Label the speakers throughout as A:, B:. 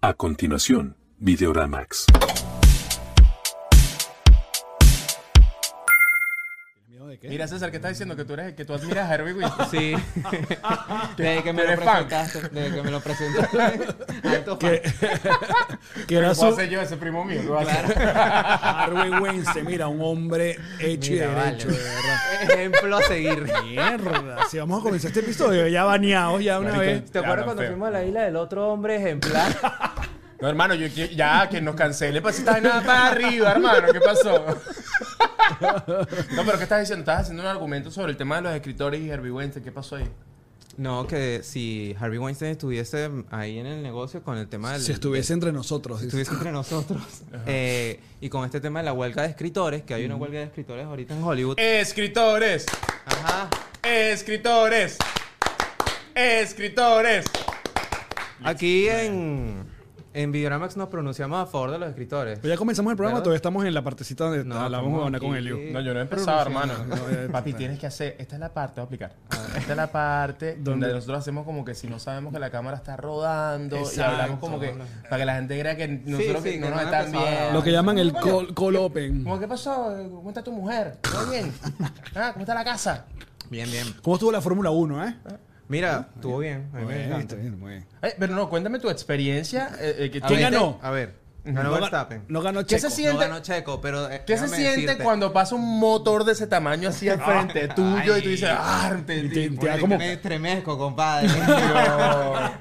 A: A continuación, Videoramax.
B: Mira, César, ¿qué estás diciendo? Que tú eres que tú admiras a Herbie
C: Sí. Desde que me
B: Tú
C: lo
B: eres fan.
C: presentaste. Desde que me lo presentaste. Alto fan.
D: Que era
B: ¿Qué
D: su
B: hace yo ese primo mío? ¿Qué voy a hacer?
D: Harvey Weinstein. Mira, un hombre hecho
C: Mira,
D: y
C: vale.
D: derecho, de verdad.
C: Ejemplo a seguir.
D: Mierda. Si vamos a comenzar este episodio ya baneados ya una
B: Marico,
D: vez.
C: ¿Te acuerdas
B: Claro,
C: cuando
B: feo.
C: fuimos a la isla del otro hombre ejemplar?
B: No, hermano, yo qui- ya que nos cancele, pues estás nada para arriba, hermano, ¿qué pasó? No, pero ¿qué estás diciendo? Estás haciendo un argumento sobre el tema de los escritores y Herbie Weinstein, ¿qué pasó ahí?
C: No, que si Harvey Weinstein estuviese ahí en el negocio con el tema del...
D: Si estuviese entre nosotros. dice.
C: estuviese entre nosotros. eh, y con este tema de la huelga de escritores, que hay una huelga de escritores ahorita en Hollywood.
B: Escritores,
C: Ajá.
B: escritores, escritores.
C: Aquí en, en Videoramax nos pronunciamos a favor de los escritores.
D: Pues ya comenzamos el programa,
C: ¿Verdad?
D: todavía estamos en la partecita donde
C: No,
D: hablamos
C: estamos
D: huevona con
C: aquí.
D: Elio.
B: No, yo no he empezado, hermano.
D: no, eh,
B: Papi, tienes que hacer. Esta es la parte, voy a explicar. Esta es la parte donde nosotros hacemos como que si no sabemos que la cámara está rodando y
D: Exacto.
B: hablamos como que para que la gente crea que nosotros
C: sí,
B: que
C: que
B: no
C: no
B: nos
C: han
B: están
C: empezado.
B: viendo.
D: Lo que llaman el
B: Bueno,
D: call, call open.
B: ¿Cómo qué pasó? ¿Cómo está tu mujer? ¿Todo bien? ¿Ah, ¿Cómo está la casa?
C: Bien, bien.
D: ¿Cómo estuvo la Fórmula 1, eh?
C: Mira, estuvo Ah, bien. A mí me
D: Bueno,
C: encanta.
D: está bien, muy bien.
B: Eh, pero no, cuéntame tu experiencia. eh, eh, que-
C: A
D: ¿Quién
C: ver,
D: ganó?
C: A ver. Ganó
D: No, ga-
C: Verstappen.
D: no ganó
B: ¿Qué se
D: Checo.
B: siente?
C: No ganó Checo, pero... eh,
B: ¿Qué se
C: déjame
B: siente
C: decirte.
B: cuando pasa un motor de ese tamaño así al frente tuyo y tú dices, ¡ah! Te,
D: Y te-
B: te-
D: te da como-
C: Me estremezco, compadre.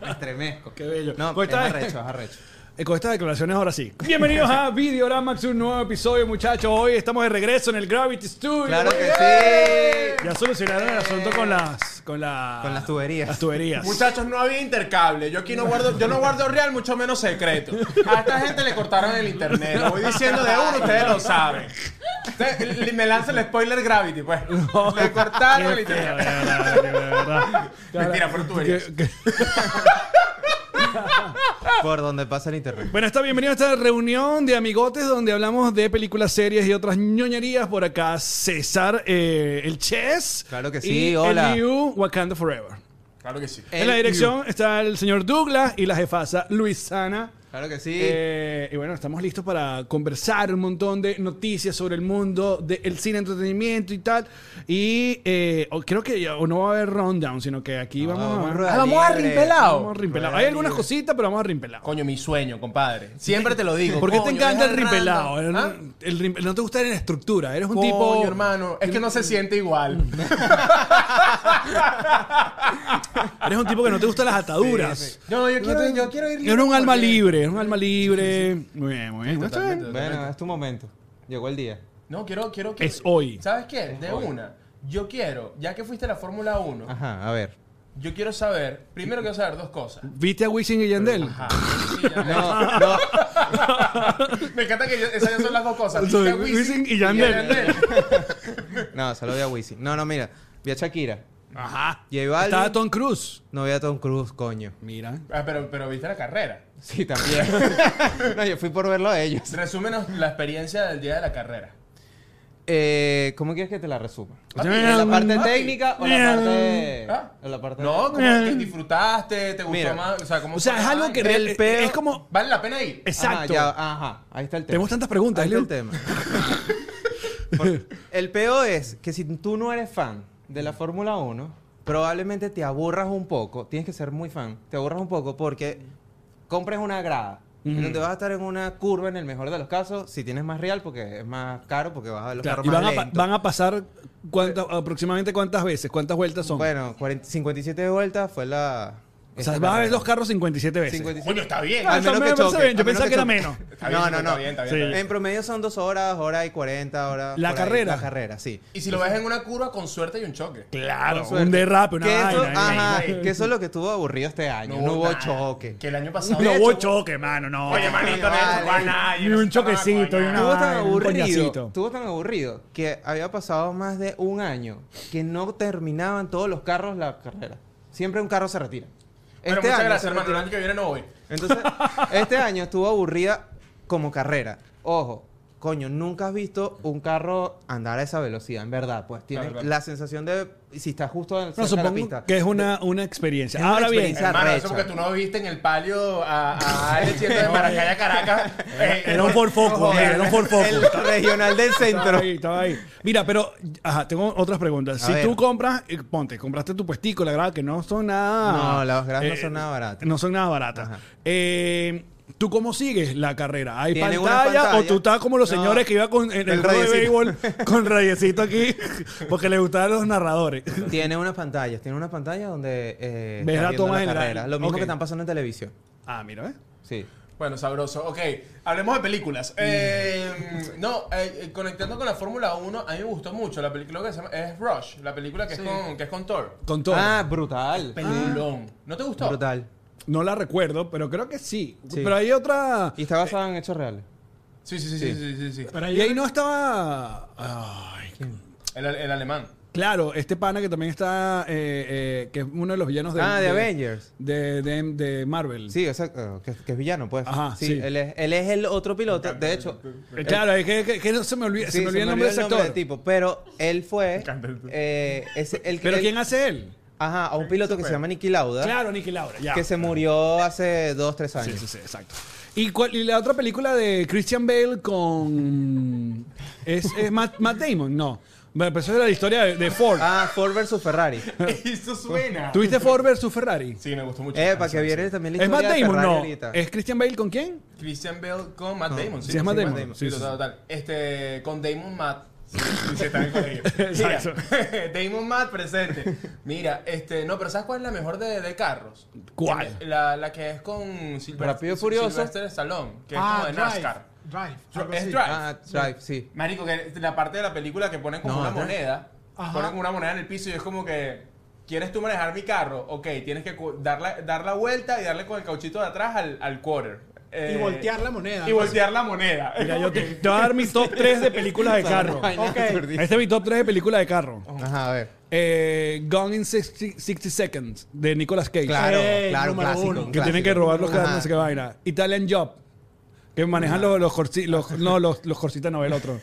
C: me estremezco.
D: Qué bello.
C: No,
D: Pues
C: es
D: está-
C: arrecho, es arrecho.
D: Eh, Con estas declaraciones ahora sí. Bienvenidos a Videoramax, un nuevo episodio, muchachos. Hoy estamos de regreso en el Gravity Studio.
C: Claro que sí.
D: Ya solucionaron el asunto con las con, la-
C: Con las tuberías.
D: las tuberías.
B: Muchachos, no había intercable. Yo aquí no guardo, yo no guardo real, mucho menos secreto. A esta gente le cortaron el internet. Lo voy diciendo de uno, ustedes lo saben. Ustedes- li- me lanza el spoiler Gravity, pues. Le cortaron el
D: De
B: internet.
D: verdad, de verdad.
B: Mentira, fueron tuberías.
D: Que- que- Ah.
C: Por donde pasa el internet.
D: Bueno, está bienvenido a esta reunión de amigotes donde hablamos de películas, series y otras ñoñerías. Por acá, César, eh, el Chess.
C: Claro que sí,
D: y
C: hola.
D: Eliu, Wakanda Forever.
B: Claro que sí.
D: en la
C: El-
D: dirección está el señor Douglas y la jefasa Luisana.
C: Claro que sí.
D: Eh, y bueno, estamos listos para conversar un montón de noticias sobre el mundo del cine, entretenimiento y tal. Y eh, o- creo que ya- o no va a haber rundown, sino que aquí vamos, a...
C: rueda
B: Ah, vamos a
C: libre.
B: rimpelado.
D: Vamos a rimpelado. Hay algunas cositas, pero vamos a rimpelado.
B: Coño, mi sueño, compadre. Siempre te lo digo.
D: ¿Por qué te
B: Coño,
D: encanta el
B: deja de
D: ripelado? El-
B: random. ¿Ah?
D: el rim- no te gusta la estructura. Eres un
B: Coño,
D: tipo.
B: hermano. Es que no se siente igual.
D: Eres un tipo que no te gustan las ataduras.
B: No, yo quiero, yo quiero ir
D: Eres un alma
B: porque-
D: libre. Eres un alma libre. Muy bien, muy bien. Está bien.
B: Totalmente, totalmente.
C: Bueno, es tu momento. Llegó el día.
B: No, quiero, quiero que.
D: Es hoy.
B: ¿Sabes qué? De una. Yo quiero, ya que fuiste a la Fórmula 1,
C: Ajá, a ver.
B: yo quiero saber. Primero quiero saber dos cosas.
D: ¿Viste a Wisin y Yandel?
B: Ajá. Sí, ya, ya.
C: No,
D: Ah.
C: no.
B: Me encanta que yo- esas ya son las dos cosas.
D: Soy
B: Viste a
D: Wisin y Yandel.
C: No, solo vi a Wisin. No, no, mira. Vi a Shakira.
D: Ajá.
C: J Balvin.
D: Estaba Tom Cruise.
C: No vi a Tom Cruise, coño.
D: Mira.
B: Ah, pero, pero viste la carrera.
C: Sí, también. no, yo fui por verlo a ellos.
B: Resúmenos la experiencia del día de la carrera.
C: Eh, ¿Cómo quieres que te la resuma?
D: Papi,
C: Ah, ¿La parte
D: papi.
C: técnica o la parte...?
B: ¿Ah?
C: o la parte
B: No, como que disfrutaste, te gustó
C: Mira.
B: más. O sea, ¿cómo
D: Eh. O sea,
B: fue
D: es
B: la
D: algo
B: vaina?
D: que
C: el
D: real-
C: peo-
D: es como
B: ¿Vale la pena ir?
C: Ajá, Ah,
D: exacto.
C: ya, ajá. Ahí está el tema.
D: Tenemos tantas preguntas,
C: Ahí está
D: Leo.
C: el tema. Por- el peo es que si tú no eres fan de la Fórmula 1, probablemente te aburras un poco. Tienes que ser muy fan. Te aburras un poco porque compras una grada. Donde vas a estar en una curva en el mejor de los casos, si tienes más real, porque es más caro, porque vas a ver los
D: Claro,
C: carros
D: y van
C: más
D: a, pa-
C: lentos.
D: van a pasar cuántas- aproximadamente cuántas veces, cuántas vueltas son.
C: Bueno, 40 57 vueltas fue la.
D: o sea, vas a ver los carros 57 veces.
C: 57.
B: Coño, está bien.
D: Ah,
C: Al
D: eso
C: menos
D: me
C: que
D: parece
C: choque,
D: bien, Yo
C: al menos
D: pensaba
C: que
D: que era
C: choque.
D: menos.
B: Está bien,
C: No, no, no.
B: Está bien, está bien,
D: Sí.
B: está bien.
C: En promedio son dos horas, hora y 40, hora.
D: ¿La
C: por ahí.
D: carrera?
C: La carrera, sí.
B: Y si lo ves en una curva, con suerte y un choque.
D: Claro,
C: Con suerte.
D: un derrape, una
C: que eso,
D: vaina. ahí.
C: ajá,
B: ahí.
C: que eso es lo que estuvo aburrido este año. No, hubo
B: nada.
C: choque.
B: Que el año pasado.
D: No
B: De
D: hubo
B: hecho,
D: choque, mano, no.
B: Oye, manito, no
C: Vale.
B: chocó a nadie.
D: Ni
B: no
D: un
B: chocó a
D: choquecito,
B: nadie.
D: ni
C: Estuvo tan
D: Ay, un
C: aburrido.
D: coñacito.
C: Estuvo tan aburrido que había pasado más de un año que no terminaban todos los carros la carrera. Siempre un carro se retira.
B: Bueno,
C: Este
B: muchas
C: año
B: gracias,
C: se
B: hermano. El
C: retiró.
B: año que viene no voy.
C: Entonces, este año estuvo aburrida como carrera. Ojo, coño, nunca has visto un carro andar a esa velocidad, en verdad. Pues tiene
B: Claro, claro.
C: la sensación de si estás justo cerca
D: No,
C: de la
D: supongo
C: pista.
D: que es una, una experiencia. Ah,
C: Es una
D: Ahora bien,
C: experiencia.
B: Hermano,
C: arrecha.
B: eso porque tú no viste en el palio a, a Alex yendo de Maracay a Caracas. Eh,
D: era un Ford Focus, era un Ford Focus.
C: El regional del centro.
D: Estaba ahí, estaba ahí. Mira, pero ajá, tengo otras preguntas.
C: A
D: si
C: ver.
D: tú compras, eh, ponte, compraste tu puestico, la grada que no son nada. eh,
C: No, las gradas no son nada baratas.
D: No son nada baratas.
C: Ajá.
D: Eh, ¿Tú cómo sigues la carrera? ¿Hay
C: Tiene
D: pantalla,
C: una pantalla.
D: o tú estás como los
C: No.
D: señores que iba con en el,
C: El
D: juego de
C: radiecito.
D: béisbol con rayecito aquí porque le gustaban los narradores?
C: Tiene unas pantallas, tiene una pantalla donde eh,
D: Ves
C: está
D: la
C: viendo
D: toma general.
C: carrera. Lo mismo
D: Ok.
C: que están pasando en televisión.
D: Ah, mira, ¿ves?
C: Sí.
B: Bueno, sabroso. Ok, hablemos de películas. Eh, no, eh, eh, conectando con la Fórmula 1, a mí me gustó mucho la película que se llama es Rush, la película que, es, con, que es con Thor.
D: Con todo.
C: Ah, brutal.
B: Peliculón. ¿No te gustó?
C: Brutal.
D: No la recuerdo, pero creo que sí.
C: Sí.
D: Pero hay otra.
C: Y está basada en hechos reales.
B: Sí, sí, sí, sí, sí, sí, sí.
D: Y ahí no estaba. Ay,
B: El, el alemán.
D: Claro, este pana que también está, eh, eh, que es uno de los villanos de...
C: Ah, de Avengers.
D: De, de, de Marvel.
C: Sí, exacto. Que, que es villano, pues.
D: Ajá, sí.
C: Él, es, él es el otro piloto. De hecho,
D: Eh, claro, es que, que- que no se me olvida,
C: sí,
D: se me olvida el nombre de ese actor.
C: del tipo. Pero él fue.
B: encanta el-
C: eh, ese- el,
D: Pero
C: el-
D: ¿quién hace él?
C: Ajá, a un piloto que se llama Nicky Lauda.
D: Claro, Nicky Laura, ya.
C: Que se murió hace dos, tres
D: Sí,
C: años.
D: sí, sí, exacto. ¿Y, cuál- y la otra película de Christian Bale con... ¿Es, es Matt, Matt Damon? No. Bueno, pero eso era la historia de, de Ford.
C: Ah, Ford versus Ferrari.
B: Eso suena.
D: ¿Tuviste Ford versus Ferrari?
B: Sí, me gustó mucho.
C: Eh, para que viera también la
D: ¿Es Matt
C: historia de
D: Damon?
C: Ferrari
D: No.
C: ahorita.
D: ¿Es Christian Bale con quién?
B: Christian Bale con Matt Damon.
D: sí, es Matt Damon.
B: Sí,
D: Sí,
B: total,
D: sí,
B: total. Este, con Damon Matt. Sí, sí, sí, está en colegio. Mira,
D: Exacto.
B: Damon Matt presente. Mira, este, no, pero ¿sabes cuál es la mejor de, de carros?
D: ¿Cuál?
B: La, la que es con Silver,
C: Rápido y Furioso.
B: Sylvester Stallone, que es como de NASCAR.
E: Ah, Drive. algo
B: Es
E: así.
B: Drive.
C: Ah, Drive, sí.
B: Marico, que la parte de la película que ponen como
C: No,
B: una
C: Drive.
B: moneda,
E: Ajá.
B: ponen como una moneda en el piso y es como que, ¿quieres tú manejar mi carro? Ok, tienes que cu- dar la, dar la vuelta y darle con el cauchito de atrás al, al quarter.
E: Y
B: Eh,
E: voltear la moneda.
B: Y
E: ¿no?
B: voltear la moneda.
D: Mira, yo te, te voy a dar mi top 3 de películas de carro.
C: Vaina
E: Ok.
C: absurda.
D: Este es mi top 3 de películas de carro.
C: Ajá, a ver.
D: Eh, Gone in 60, 60 Seconds de Nicolas Cage.
C: Claro,
E: Ey,
C: claro,
E: número
C: clásico.
E: uno.
D: que tienen que robar los que
C: Ajá.
D: no sé qué vaina. Italian Job. Que manejan los, los, corsi- los no, los, los corsitas no, el otro.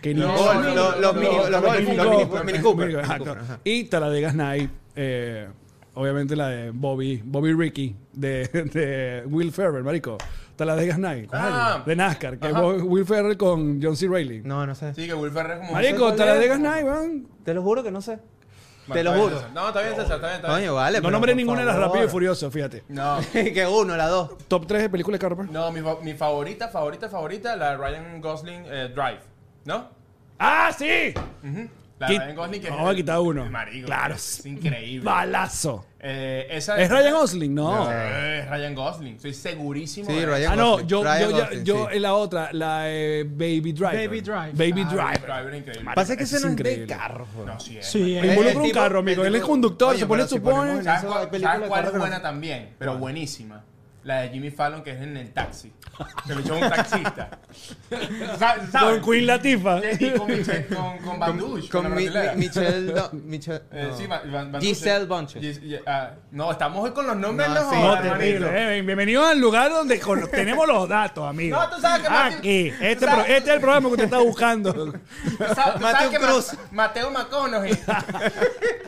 D: Que
B: No,
C: Golf,
B: no,
C: Oh, lo-
B: no,
C: los
B: no,
C: mini-
B: no,
C: los
B: no,
C: golf,
B: mini
C: los
B: golf,
C: mini- los mini Cooper.
D: Ajá,
C: Mini Cooper,
D: no.
C: ajá.
D: Y Talladega Night. eh, obviamente la de Bobby, Bobby Ricky, de, de Will Ferrell, marico. Talladega Night.
B: Ah.
D: de NASCAR. Que
B: Ajá.
D: Bo- Will Ferrell con John C. Reilly.
C: No, no sé.
B: Sí, que Will Ferrell es como... un
D: Marico,
C: sé cuál
D: Talladega
C: es.
D: Night, weón.
C: Te lo juro que no sé.
B: Bueno,
C: Te
B: está
C: lo
B: bien,
C: juro.
B: César. No, está bien, César, está bien, está bien.
C: Coño, vale.
D: No
C: pero
D: nombré
C: por
D: ninguna de las
C: favor.
D: Rápido y Furioso, fíjate.
B: No,
C: que uno, la dos.
D: Top 3 de películas de carro. pues.
B: no mi, fa- mi favorita, favorita, favorita, la de Ryan Gosling, eh, Drive, ¿no?
D: ¡Ah, sí!
B: Ujú. La
D: Quit-
B: de Ryan Gosling que
D: Vamos a quitar uno.
B: Marico,
D: Claro.
B: es increíble.
D: Balazo.
B: Eh, esa
D: ¿Es Ryan Gosling? No.
B: Eh, es Ryan Gosling, soy segurísimo.
C: Sí,
B: de-
C: Ryan
D: Ah, no,
C: Gosling.
D: yo,
C: Ryan
D: yo, ya-
C: Gosling,
D: yo
C: sí.
D: en la otra, la eh, Baby Driver.
E: Baby Drive.
D: Baby
E: Ah,
D: Driver.
B: Driver increíble.
D: Marico,
C: Pasa que
D: ese
C: ese no es de
D: increíble.
C: carro, güey.
B: No, sí, es.
E: Sí,
D: Me
E: eh.
C: Eh,
D: involucra
C: el
D: un
C: tipo-
D: carro, amigo.
C: el
D: Él es
C: tipo-
D: conductor,
C: Oye,
D: se pone
C: pero
D: su
C: si
D: pone.
C: ponemos
B: ¿Sabes
C: Eso,
B: cuál,
C: hay películas
B: sabes cuál es
C: de carro que
B: buena
C: no-
B: también? Pero buenísima. La de Jimmy Fallon, que es en el taxi. Que lo echó un taxista. Sa- ¿sabes?
D: Con Queen Latifa.
B: Y con Michelle, con, con Bandush.
C: eh, Con mi,
B: la
C: mi-
B: brasileña.
C: Michelle. no, Michelle
B: Eh,
C: no.
B: sí, Van- Van- Van
C: Giselle
B: Dusche.
C: Bunches.
B: Gis- y- ah, no, estamos hoy con los nombres,
C: No,
B: no,
C: sí.
B: jodas,
D: No, terrible.
B: hermanito.
D: eh. Bienvenido al lugar donde con- tenemos los datos, amigo.
B: No, tú sabes que Martín-
D: Aquí.
B: tú
D: Este,
B: sabes-
D: pro- este es el programa que usted está buscando.
B: Tú sabes- tú sabes
C: Mateo
B: que Ma-
C: Cruz.
B: Mateo McConaughey.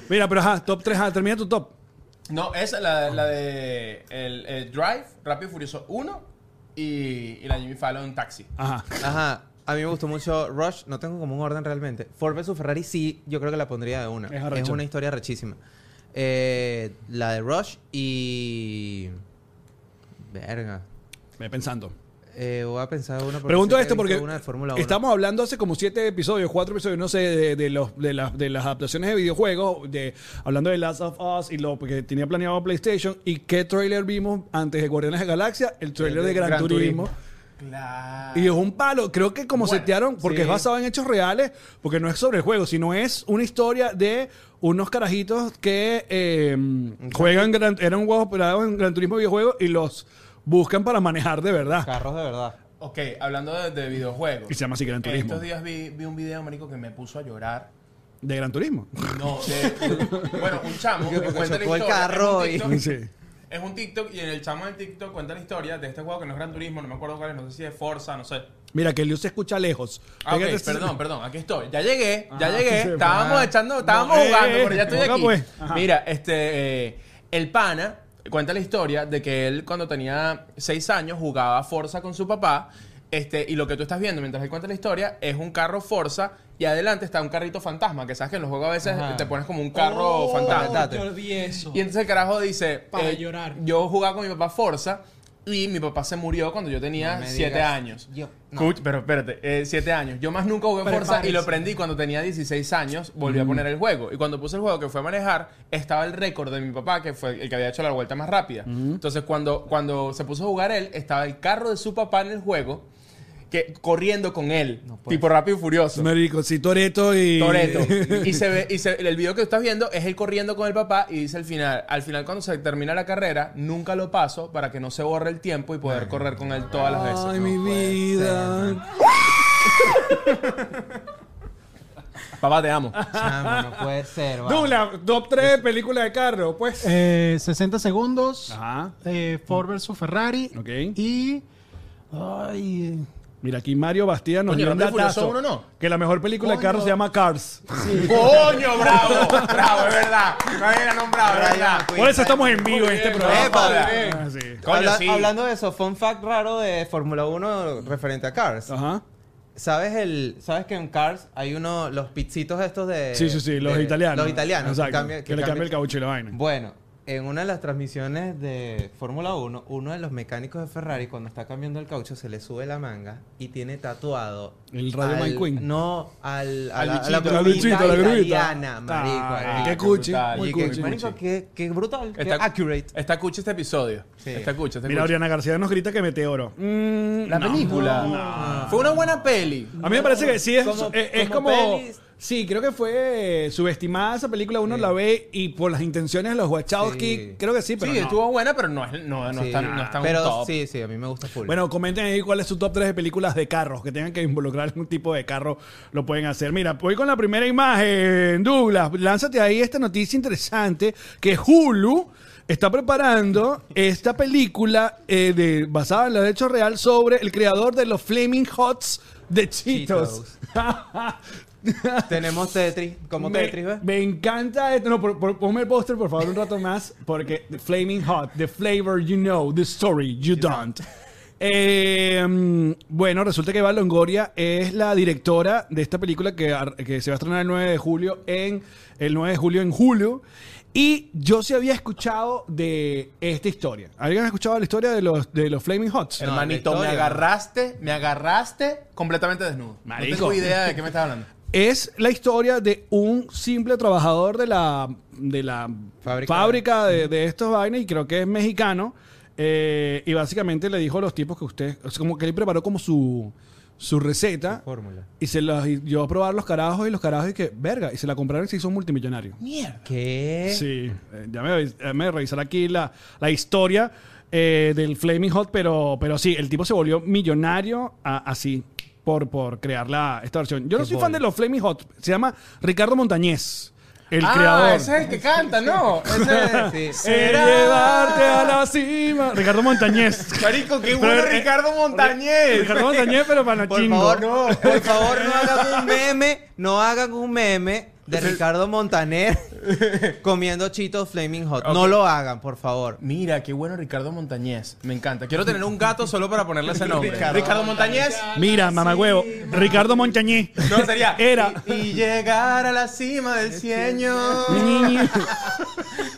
D: Mira, pero ajá, top 3. Ajá, termina tu top.
B: No, esa, la, la de el, el Drive, Rápido y Furioso 1 y, y la Jimmy Fallon Taxi.
D: Ajá.
C: Ajá. A mí me gustó mucho Rush. No tengo como un orden realmente. Ford vs Ferrari sí, yo creo que la pondría de una.
D: Es
C: Es,
D: arrecho.
C: una historia rechísima. Eh, la de Rush y. Verga.
D: Ve pensando.
C: Eh, voy a pensar una porque
D: Pregunto
C: sé que he
D: esto
C: visto
D: porque
C: Una de Fórmula 1.
D: estamos hablando hace como siete episodios, cuatro episodios, no sé, de, de los, de, las, de las adaptaciones de videojuegos, de, hablando de Last of Us y lo que tenía planeado PlayStation. ¿Y qué trailer vimos antes de Guardianes de la Galaxia? El trailer de Gran,
C: Gran
D: Turismo.
C: Turismo.
B: Claro.
D: Y es un palo, creo que como
B: Bueno,
D: setearon, porque
C: sí.
D: es basado en hechos reales, porque no es sobre el juego, sino es una historia de unos carajitos que eh, juegan, gran, eran juegos operados en Gran Turismo videojuego y los buscan para manejar de verdad.
C: Carros de verdad.
B: Ok, hablando de, de videojuegos.
D: Y se llama así Gran Turismo.
B: Estos días vi, vi un video, marico, que me puso a llorar.
D: De Gran Turismo.
B: No, de- bueno, un chamo
C: Porque
B: que cuenta la
C: chocó el
B: historia.
C: carro
B: es,
C: y-
B: un TikTok,
D: Sí.
B: es un TikTok y en el chamo del TikTok cuenta la historia de este juego que no es Gran Turismo, no me acuerdo cuál es, no sé si es Forza, no sé.
D: Mira, que el Luz se escucha lejos.
B: Ah, ok,
D: Pégate-
B: perdón, perdón, aquí estoy. Ya llegué, ya
D: Ah,
B: llegué.
D: sí,
B: estábamos
D: ah.
B: echando, estábamos
D: No, eh,
B: jugando,
D: eh,
B: pero ya estoy
D: ponga,
B: aquí.
D: pues. Ajá.
B: Mira, este, eh, el pana cuenta la historia de que él cuando tenía seis años jugaba Forza con su papá. Este, y lo que tú estás viendo mientras él cuenta la historia es un carro Forza y adelante está un carrito fantasma, que sabes que en los juegos a veces
C: Ajá.
B: te pones como un carro
C: Oh,
D: Oh,
B: fantasma.
C: fantasma.
E: Yo olvidé eso.
B: Y entonces el carajo dice, eh,
E: Para llorar.
B: yo jugaba con mi papá Forza y mi papá se murió cuando yo tenía
C: No me
B: siete
C: digas.
B: años.
C: Yo- no.
B: Escucha, pero espérate, eh, siete años. Yo más nunca jugué Forza
E: Prepárese.
B: y lo aprendí cuando tenía 16 años, volví a
C: Mm.
B: poner el juego. Y cuando puse el juego que fue a manejar, estaba el récord de mi papá, que fue el que había hecho la vuelta más rápida.
C: Mm.
B: Entonces cuando, cuando se puso a jugar él, estaba el carro de su papá en el juego, que, corriendo con él,
C: puede
B: tipo rápido y furioso.
D: Marico, sí, Toreto y.
B: Toreto. Y se ve, y se- el video que estás viendo es él corriendo con el papá y dice al final, al final cuando se termina la carrera, nunca lo paso para que no se borre el tiempo y poder correr con él todas las veces.
D: Ay, mi vida.
B: Papá, te amo.
C: Chamo, no puede ser, va.
D: Douglas, top 3 de películas de carro, pues.
E: Eh, 60 segundos.
D: Ajá.
E: eh, Ford versus Ferrari.
D: Ok.
E: Y. Ay.
D: Mira, aquí Mario Bastida nos
B: Coño,
D: dio un
B: Rápido y Furioso
D: datazo.
B: uno no.
D: Que la mejor película de
E: Coño.
D: carro se llama Cars.
B: ¡Coño, bravo! ¡Bravo, es verdad! No había nombrado, es verdad.
C: Brian,
D: Por eso estamos en vivo en este
B: Muy
D: programa.
B: bien,
C: Epa,
B: bravo,
C: bien.
B: bravo.
D: Ah, sí.
B: Coño,
C: Habla-
B: sí.
C: Hablando de eso, fun fact raro de Fórmula 1 referente a Cars.
D: Ajá.
C: ¿Sabes el sabes que en Cars hay uno los pizzitos estos de
D: Sí, sí, sí, los
C: de-
D: italianos.
C: Eh, Los italianos
D: Exacto.
C: cambia-
D: que, le cambia el caucho y la vaina.
C: Bueno, en una de las transmisiones de Fórmula 1, uno de los mecánicos de Ferrari cuando está cambiando el caucho se le sube la manga y tiene tatuado
D: El Radio
C: al-
D: Man Queen.
C: No, al, a
B: Al
C: la- a
B: bichito,
C: la
D: al
C: grubita
D: bichito, a la grubita.
C: italiana, marico.
D: Ah,
C: ahí.
D: qué cuchi.
B: brutal.
D: muy
C: Oye, qué-
D: cuchi.
C: marico, qué, qué brutal, qué
B: Está-
C: accurate.
B: Está cucha este episodio.
C: Sí.
B: Está cucha, está
D: Mira,
B: cucha.
D: Oriana García nos grita que meteoro. Mm,
B: La
D: no.
B: película. Fue una buena peli.
D: A mí me parece que sí es
C: Ah. Como-
D: es, es
C: como
D: como,
C: pelis.
D: sí, creo que fue eh, subestimada esa película, uno la ve y por las intenciones de los Wachowski,
C: Sí.
D: creo que sí, pero
B: Sí,
D: no.
B: estuvo buena, pero no, es- no, no
C: Sí,
B: está, no está un
C: pero
B: top.
C: sí, sí, a mí me gusta full.
D: Bueno, comenten ahí cuál es su top 3 de películas de carros que tengan que involucrar algún tipo de carro, lo pueden hacer. Mira, voy con la primera imagen, Douglas, lánzate ahí esta noticia interesante que Hulu está preparando esta película eh, de, basada en los hechos real sobre el creador de los Flaming Hots de Cheetos.
C: tenemos Tetris, como
D: me,
C: Tetris, ¿ves?
D: me encanta esto. No, por, por- ponme el póster, por favor, un rato más. Porque The Flaming Hot, The Flavor You Know, The Story You, Don't. Eh, mm, bueno, resulta que Eva Longoria es la directora de esta película que, ar- que se va a estrenar el 9 de julio en el 9 de julio en julio. Y yo sí había escuchado de esta historia. ¿Alguien ha escuchado la historia de los, de los Flaming Hots?
C: No,
B: Hermanito,
C: la
B: me
C: historia.
B: agarraste, me agarraste completamente desnudo.
D: Marico.
B: No tengo idea de qué me estás hablando.
D: es la historia de un simple trabajador de la, de la
C: Fábrica.
D: fábrica, de, de estos vainas y creo que es mexicano. eh, y básicamente le dijo a los tipos que usted, o sea, como que él preparó como su, su receta
C: Fórmula.
D: y se las dio a probar los carajos y los carajos y que, verga, y se la compraron y se hizo un multimillonario.
B: Mierda.
C: ¿Qué?
D: Sí, eh, ya me, ya me revisar aquí la, la historia eh, del Flaming Hot, pero, pero sí, el tipo se volvió millonario a- así por, por crear la, esta versión. Yo no
C: Qué
D: soy fan de
C: bolas.
D: los Flaming Hot, se llama Ricardo Montañez, el
B: ah,
D: creador.
B: ese es el que canta, ¿no? Ese
C: Sí.
D: Sé llevarte a la cima. Ricardo Montañez.
B: Marico, qué bueno
D: Pero, eh,
B: Ricardo Montañez.
D: Ricardo Montañez, pero para los
C: Por
D: chingos.
C: favor, no, por favor, no hagan un meme, no hagan un meme de Ricardo Montaner comiendo Cheetos Flaming Hot. No lo hagan, por favor.
B: Mira, qué bueno Ricardo Montañez. Me encanta. Quiero tener un gato solo para ponerle ese nombre. Ricardo, Montañez.
D: Mira, mamagüevo, Ricardo Montañez.
B: No, sería.
D: Era.
B: Y, y llegar a la cima del cielo.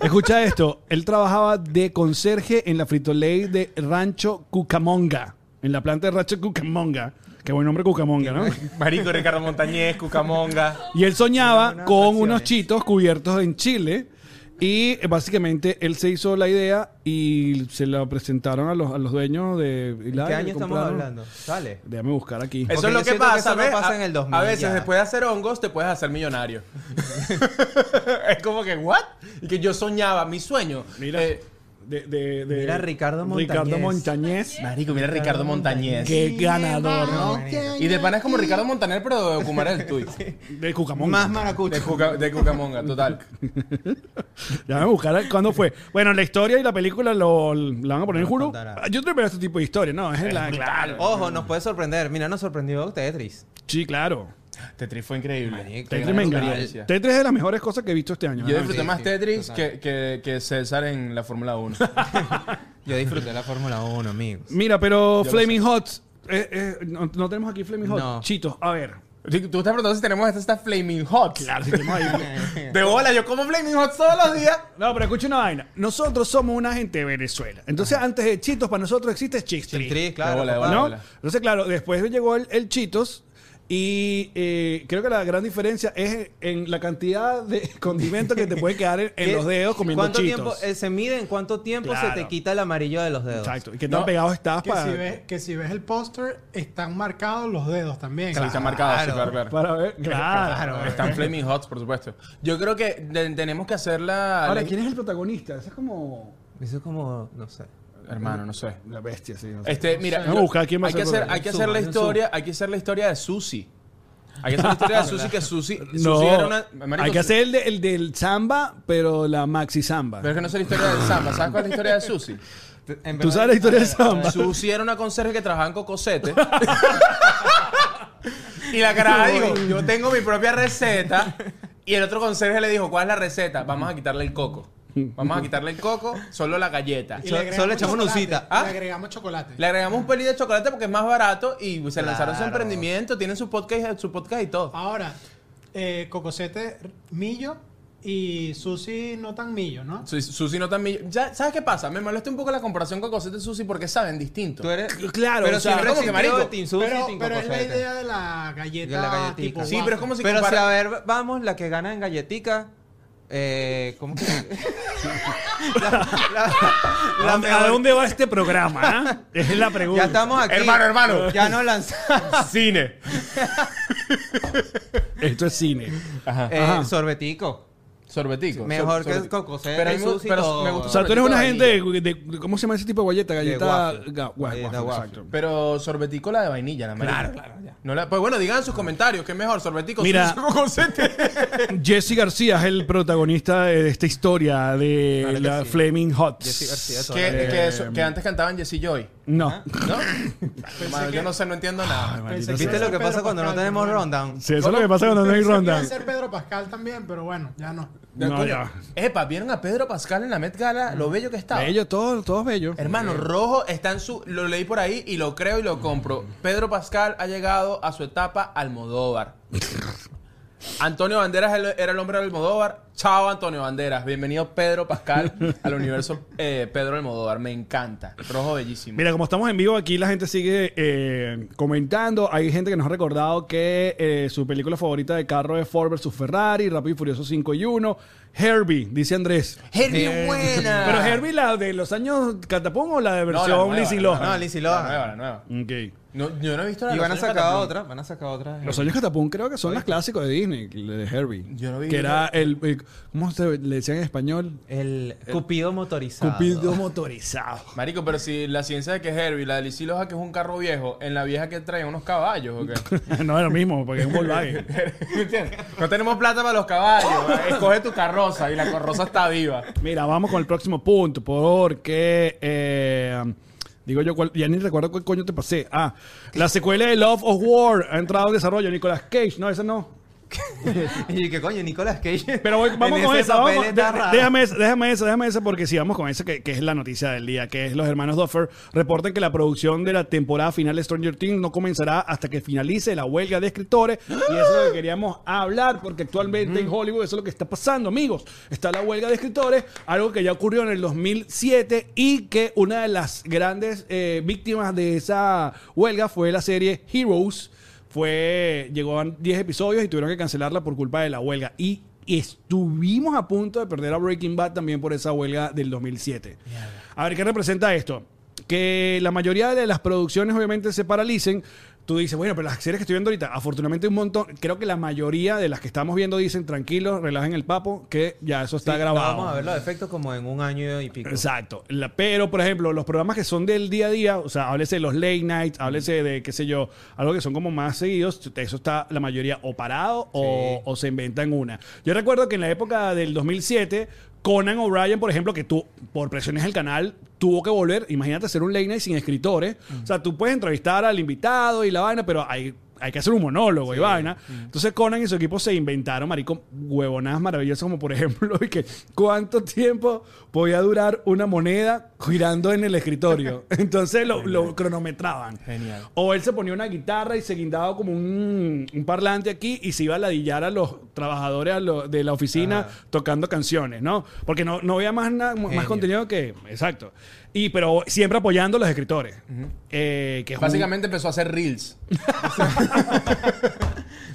D: Escucha esto, él trabajaba de conserje en la fritoley de Rancho Cucamonga, en la planta de Rancho Cucamonga. Qué buen nombre Cucamonga, ¿no?
B: Marico, Ricardo Montañez, Cucamonga.
D: Y él soñaba
C: Buenas
D: con
C: acciones.
D: unos chitos cubiertos en Chile. Y eh, básicamente él se hizo la idea y se la presentaron a los, a los dueños de... y
C: ¿Qué
D: la-
C: año estamos
D: compraron.
C: hablando? Sale.
D: Déjame buscar aquí.
B: Eso
C: Porque
B: es lo
C: yo
B: que
C: siento que
B: pasa,
C: eso no
B: ¿ves?
C: pasa
B: A-
C: en el 2000
B: a veces,
C: ya.
B: después de hacer hongos, te puedes hacer millonario. es como que, ¿what? Y que yo soñaba, mi sueño.
D: Mira.
B: eh,
D: de, de, de-
C: Mira, Ricardo
D: Ricardo
C: Montañez.
D: Montañez.
B: Marico, mira Ricardo Montañez.
D: Qué ganador, ¿no?
B: Y de pana es como Ricardo Montaner, pero de Okumara el tuit.
D: De Cucamón.
C: Más
B: De,
C: maracucho.
B: Cuca- de Cucamonga, total.
D: Ya me buscar cuándo fue. Bueno, la historia y la película lo, la van a poner en juro.
C: contará.
D: Yo te espero este tipo de historia, ¿no? Es en la, claro.
C: Ojo, nos puede sorprender. Mira, nos sorprendió Tetris.
D: Sí, claro.
B: Tetris fue increíble.
C: Marico, Ah,
B: Qué
D: Tetris
B: gran
D: me
B: experiencia.
D: encanta. Tetris es de las mejores cosas que he visto este año.
B: Yo
D: ¿verdad?
B: disfruté
C: Sí,
B: más
C: sí,
B: Tetris
C: total.
B: que, que, que César en la Fórmula 1.
C: Yo disfruté la Fórmula 1, amigos.
D: Mira, pero Flaming Hot. eh, eh, no, no tenemos aquí Flaming Hot.
C: No.
D: Chito, a ver.
B: Tú estás preguntando si tenemos esta, esta Flaming Hot.
D: Claro, si tenemos ahí.
B: De bola, yo como Flaming Hot todos los días.
D: No, pero escucha una vaina. Nosotros somos una gente de Venezuela. Entonces, antes de Chitos, para nosotros existe Chistri.
C: Chintris,
B: De
C: claro.
B: bola, de
C: papá.
D: ¿no?
B: Hola.
D: Entonces, claro, después llegó el, el Chitos y eh, creo que la gran diferencia es en la cantidad de condimentos que te puede quedar en, en
C: ¿Qué-
D: los dedos comiendo
C: ¿Cuánto
D: Chitos.
C: tiempo eh, se mide en cuánto tiempo
D: Claro.
C: se te quita el amarillo de los dedos?
D: Exacto. ¿Y qué tan
B: No,
D: pegado estás
E: Que si,
D: para,
E: ves, que si ves el póster, están marcados los dedos también.
B: Se está marcado, sí, claro, claro.
D: para ver? Claro. eh.
B: Están Flaming Hots, por supuesto. Yo creo que de- tenemos que hacer la...
D: Ahora,
B: la-
D: ¿quién es el protagonista? Ese es como
C: Eso es como, no sé.
B: Hermano, no sé.
D: la bestia, sí. no sé.
B: Este, mira,
D: Vamos a
B: yo-
D: buscar quién va a
B: hay que
D: ser
B: hacer,
D: Rodrigo.
B: hay que hacer la
C: Suba, en
B: historia, hay que hacer la historia de Susi. Hay que hacer la historia de Susi que Susi, Susi
D: No,
B: era una marico,
D: hay que
B: Su-
D: hacer el, de- el del samba, pero la maxi samba.
B: Pero es que no sé la historia de Samba, ¿sabes cuál es la historia de Susi?
D: ¿Tú sabes la historia del samba?
B: Susi era una conserje que trabajaba en Cocosete. y la caraja dijo, yo tengo mi propia receta. Y el otro conserje le dijo, ¿cuál es la receta? Vamos a quitarle el coco. Vamos a quitarle el coco, solo la galleta.
E: Y le agregamos
C: Solo le echamos una
E: chocolate.
C: usita.
B: ¿Ah?
E: Le agregamos chocolate.
B: Le agregamos un pelín de chocolate porque es más barato y se lanzaron su
C: Claro.
B: emprendimiento, tienen su podcast, su podcast y todo.
E: Ahora, eh, Cocosete Millo y Susi no tan Millo, ¿no?
B: Su- Susi no tan millo- Ya, ¿Sabes qué pasa? Me molesta un poco la comparación con Cosette y Susi porque saben distinto.
C: Tú eres...
D: Claro,
C: pero
D: o sea,
C: siempre
B: como que
C: existió
B: marico.
C: Team Susi,
E: Pero,
C: Team
E: pero es la
C: Cocosete.
E: idea de la galleta,
D: Ah,
C: De la galletica.
E: tipo
B: Sí,
E: waffle.
B: pero es como si
C: Pero si
B: compara-
C: a ver, vamos, la que gana en galletica. Eh, ¿Cómo que? La- la- la
D: ¿A, dónde- a
C: mejor-
D: dónde va este programa? eh? Esa es la pregunta.
C: Ya estamos aquí.
B: Hermano, hermano.
C: Ya nos lanzamos.
B: Cine.
D: Esto es cine.
C: Eh,
D: Ajá.
C: sorbetico.
B: Sorbetico.
C: Mejor que
B: Sorbetico.
C: Cocosete,
B: Pero, a mí me-
C: Susi,
B: pero
C: todo.
B: me gusta
D: O sea, tú eres
B: sorbetico
D: una
B: de
D: gente
B: vainilla.
D: de, de- ¿Cómo se llama ese tipo de galleta? Galleta
C: waffle.
D: ga- wa-
C: Galleta
D: waffle,
C: waffle.
D: exacto.
B: Pero sorbetico la de vainilla, la Claro, claro, ya. No la- pues bueno, digan en sus comentarios qué es mejor, sorbetico
D: Mira.
B: Susi o Cocosete.
D: Jesse García es el protagonista de esta historia de
C: Claro que
D: la
C: sí.
D: Flaming Hot.
C: Jesse García, todo.
B: que, que eso- eh, que antes cantaban Jesse Joy.
D: No.
B: ¿No? Ah, Madre, Yo no sé, no entiendo nada.
E: Pensé
C: ¿Viste
E: iba a
C: lo
E: ser
C: que
E: Pedro
C: pasa cuando no
E: Pascal,
C: tenemos
E: pero bueno.
C: rundown?
D: Sí, eso es lo que pasa cuando no hay
E: Pensé que
D: ronda.
E: Iba a ser Pedro Pascal también, pero bueno, ya no.
D: No,
B: Coño,
D: ya.
B: Epa, ¿vieron a Pedro Pascal en la Met Gala? Lo bello que estaba.
D: Bello, todos, todos bellos.
B: Hermano, rojo está en su. Lo leí por ahí y lo creo y lo compro. Pedro Pascal ha llegado a su etapa Almodóvar. Antonio Banderas el- era el hombre de Almodóvar. Chao, Antonio Banderas. Bienvenido, Pedro Pascal, al universo eh, Pedro Almodóvar. Me encanta. Rojo bellísimo.
D: Mira, como estamos en vivo aquí, la gente sigue eh, comentando. Hay gente que nos ha recordado que eh, su película favorita de carro es Ford vs. Ferrari, Rápido y Furioso 5 y 1, Herbie, dice Andrés.
B: Herbie es buena.
D: Pero Herbie, la de los años Catapum o la de
B: No,
D: versión
B: la nueva,
D: Lindsay
B: la
D: Lohan?
B: nueva,
C: No, Lindsay
B: la
C: Lohan.
B: nueva, la nueva.
D: Ok.
B: No, yo no he visto la
C: Y
B: de
C: van a
B: los años
C: sacar
B: Catapult.
C: otra, van a sacar otra.
D: Los años Catapum creo que son las clásicos de Disney, la de Herbie.
B: Yo no vi
D: que
B: nada.
D: era el, el- ¿Cómo se le decían en español?
C: El Cupido motorizado.
D: Cupido motorizado.
B: Marico, pero si la ciencia de que es Herbie, la de Lizzie Loja, que es un carro viejo, en la vieja que traen unos caballos, ¿o qué?
D: no es lo mismo, porque es un Volkswagen.
B: ¿Me entiendes? No tenemos plata para los caballos. Escoge tu carroza y la carroza está viva.
D: Mira, vamos con el próximo punto, porque... eh, digo yo, cuál- ya ni recuerdo cuál coño te pasé. Ah, la secuela de Love of War ha entrado en desarrollo. Nicolas Cage, no, esa no.
C: y qué coño, Nicolas Cage.
D: Pero voy- vamos
C: En
D: con
C: ese
D: esa, vamos
C: papel
D: con-
C: está
D: de-
C: raro.
D: déjame esa, déjame esa, déjame esa, porque si vamos con esa, que, que es la noticia del día, que es los hermanos Duffer reportan que la producción de la temporada final de Stranger Things no comenzará hasta que finalice la huelga de escritores, y eso es lo que queríamos hablar, porque actualmente en Hollywood eso es lo que está pasando, amigos. Está la huelga de escritores, algo que ya ocurrió en el 2007 y que una de las grandes eh, víctimas de esa huelga fue la serie Heroes, fue llegó a 10 episodios y tuvieron que cancelarla por culpa de la huelga y estuvimos a punto de perder a Breaking Bad también por esa huelga del 2007. A ver qué representa esto. Que la mayoría de las producciones obviamente se paralicen, Tú dices, bueno, pero las series que estoy viendo ahorita, afortunadamente un montón, creo que la mayoría de las que estamos viendo dicen, tranquilos, relajen el papo, que ya eso está
C: Sí, no,
D: grabado.
C: Vamos a ver los efectos como en un año y pico.
D: Exacto. La- pero, por ejemplo, los programas que son del día a día, o sea, háblese de los late nights, háblese de, qué sé yo, algo que son como más seguidos, eso está la mayoría o parado o, o se inventan una. Yo recuerdo que en la época del 2007, Conan O'Brien, por ejemplo, que tú, por presiones del canal, tuvo que volver, imagínate hacer un late night sin escritores. O sea, tú puedes entrevistar al invitado y la vaina, pero hay... Hay que hacer un monólogo y vaina.
B: Mm.
D: Entonces Conan y su equipo se inventaron, marico, huevonadas maravillosas, como por ejemplo, y que cuánto tiempo podía durar una moneda girando en el escritorio. Entonces lo, lo cronometraban.
B: Genial.
D: O él se ponía una guitarra y se guindaba como un, un parlante aquí y se iba a ladillar a los trabajadores a lo- de la oficina tocando canciones, ¿no? Porque no, no había más, na- más
C: Genio.
D: contenido que. Exacto. Y pero siempre apoyando a los escritores. Eh, que es un-
B: Básicamente empezó a hacer reels.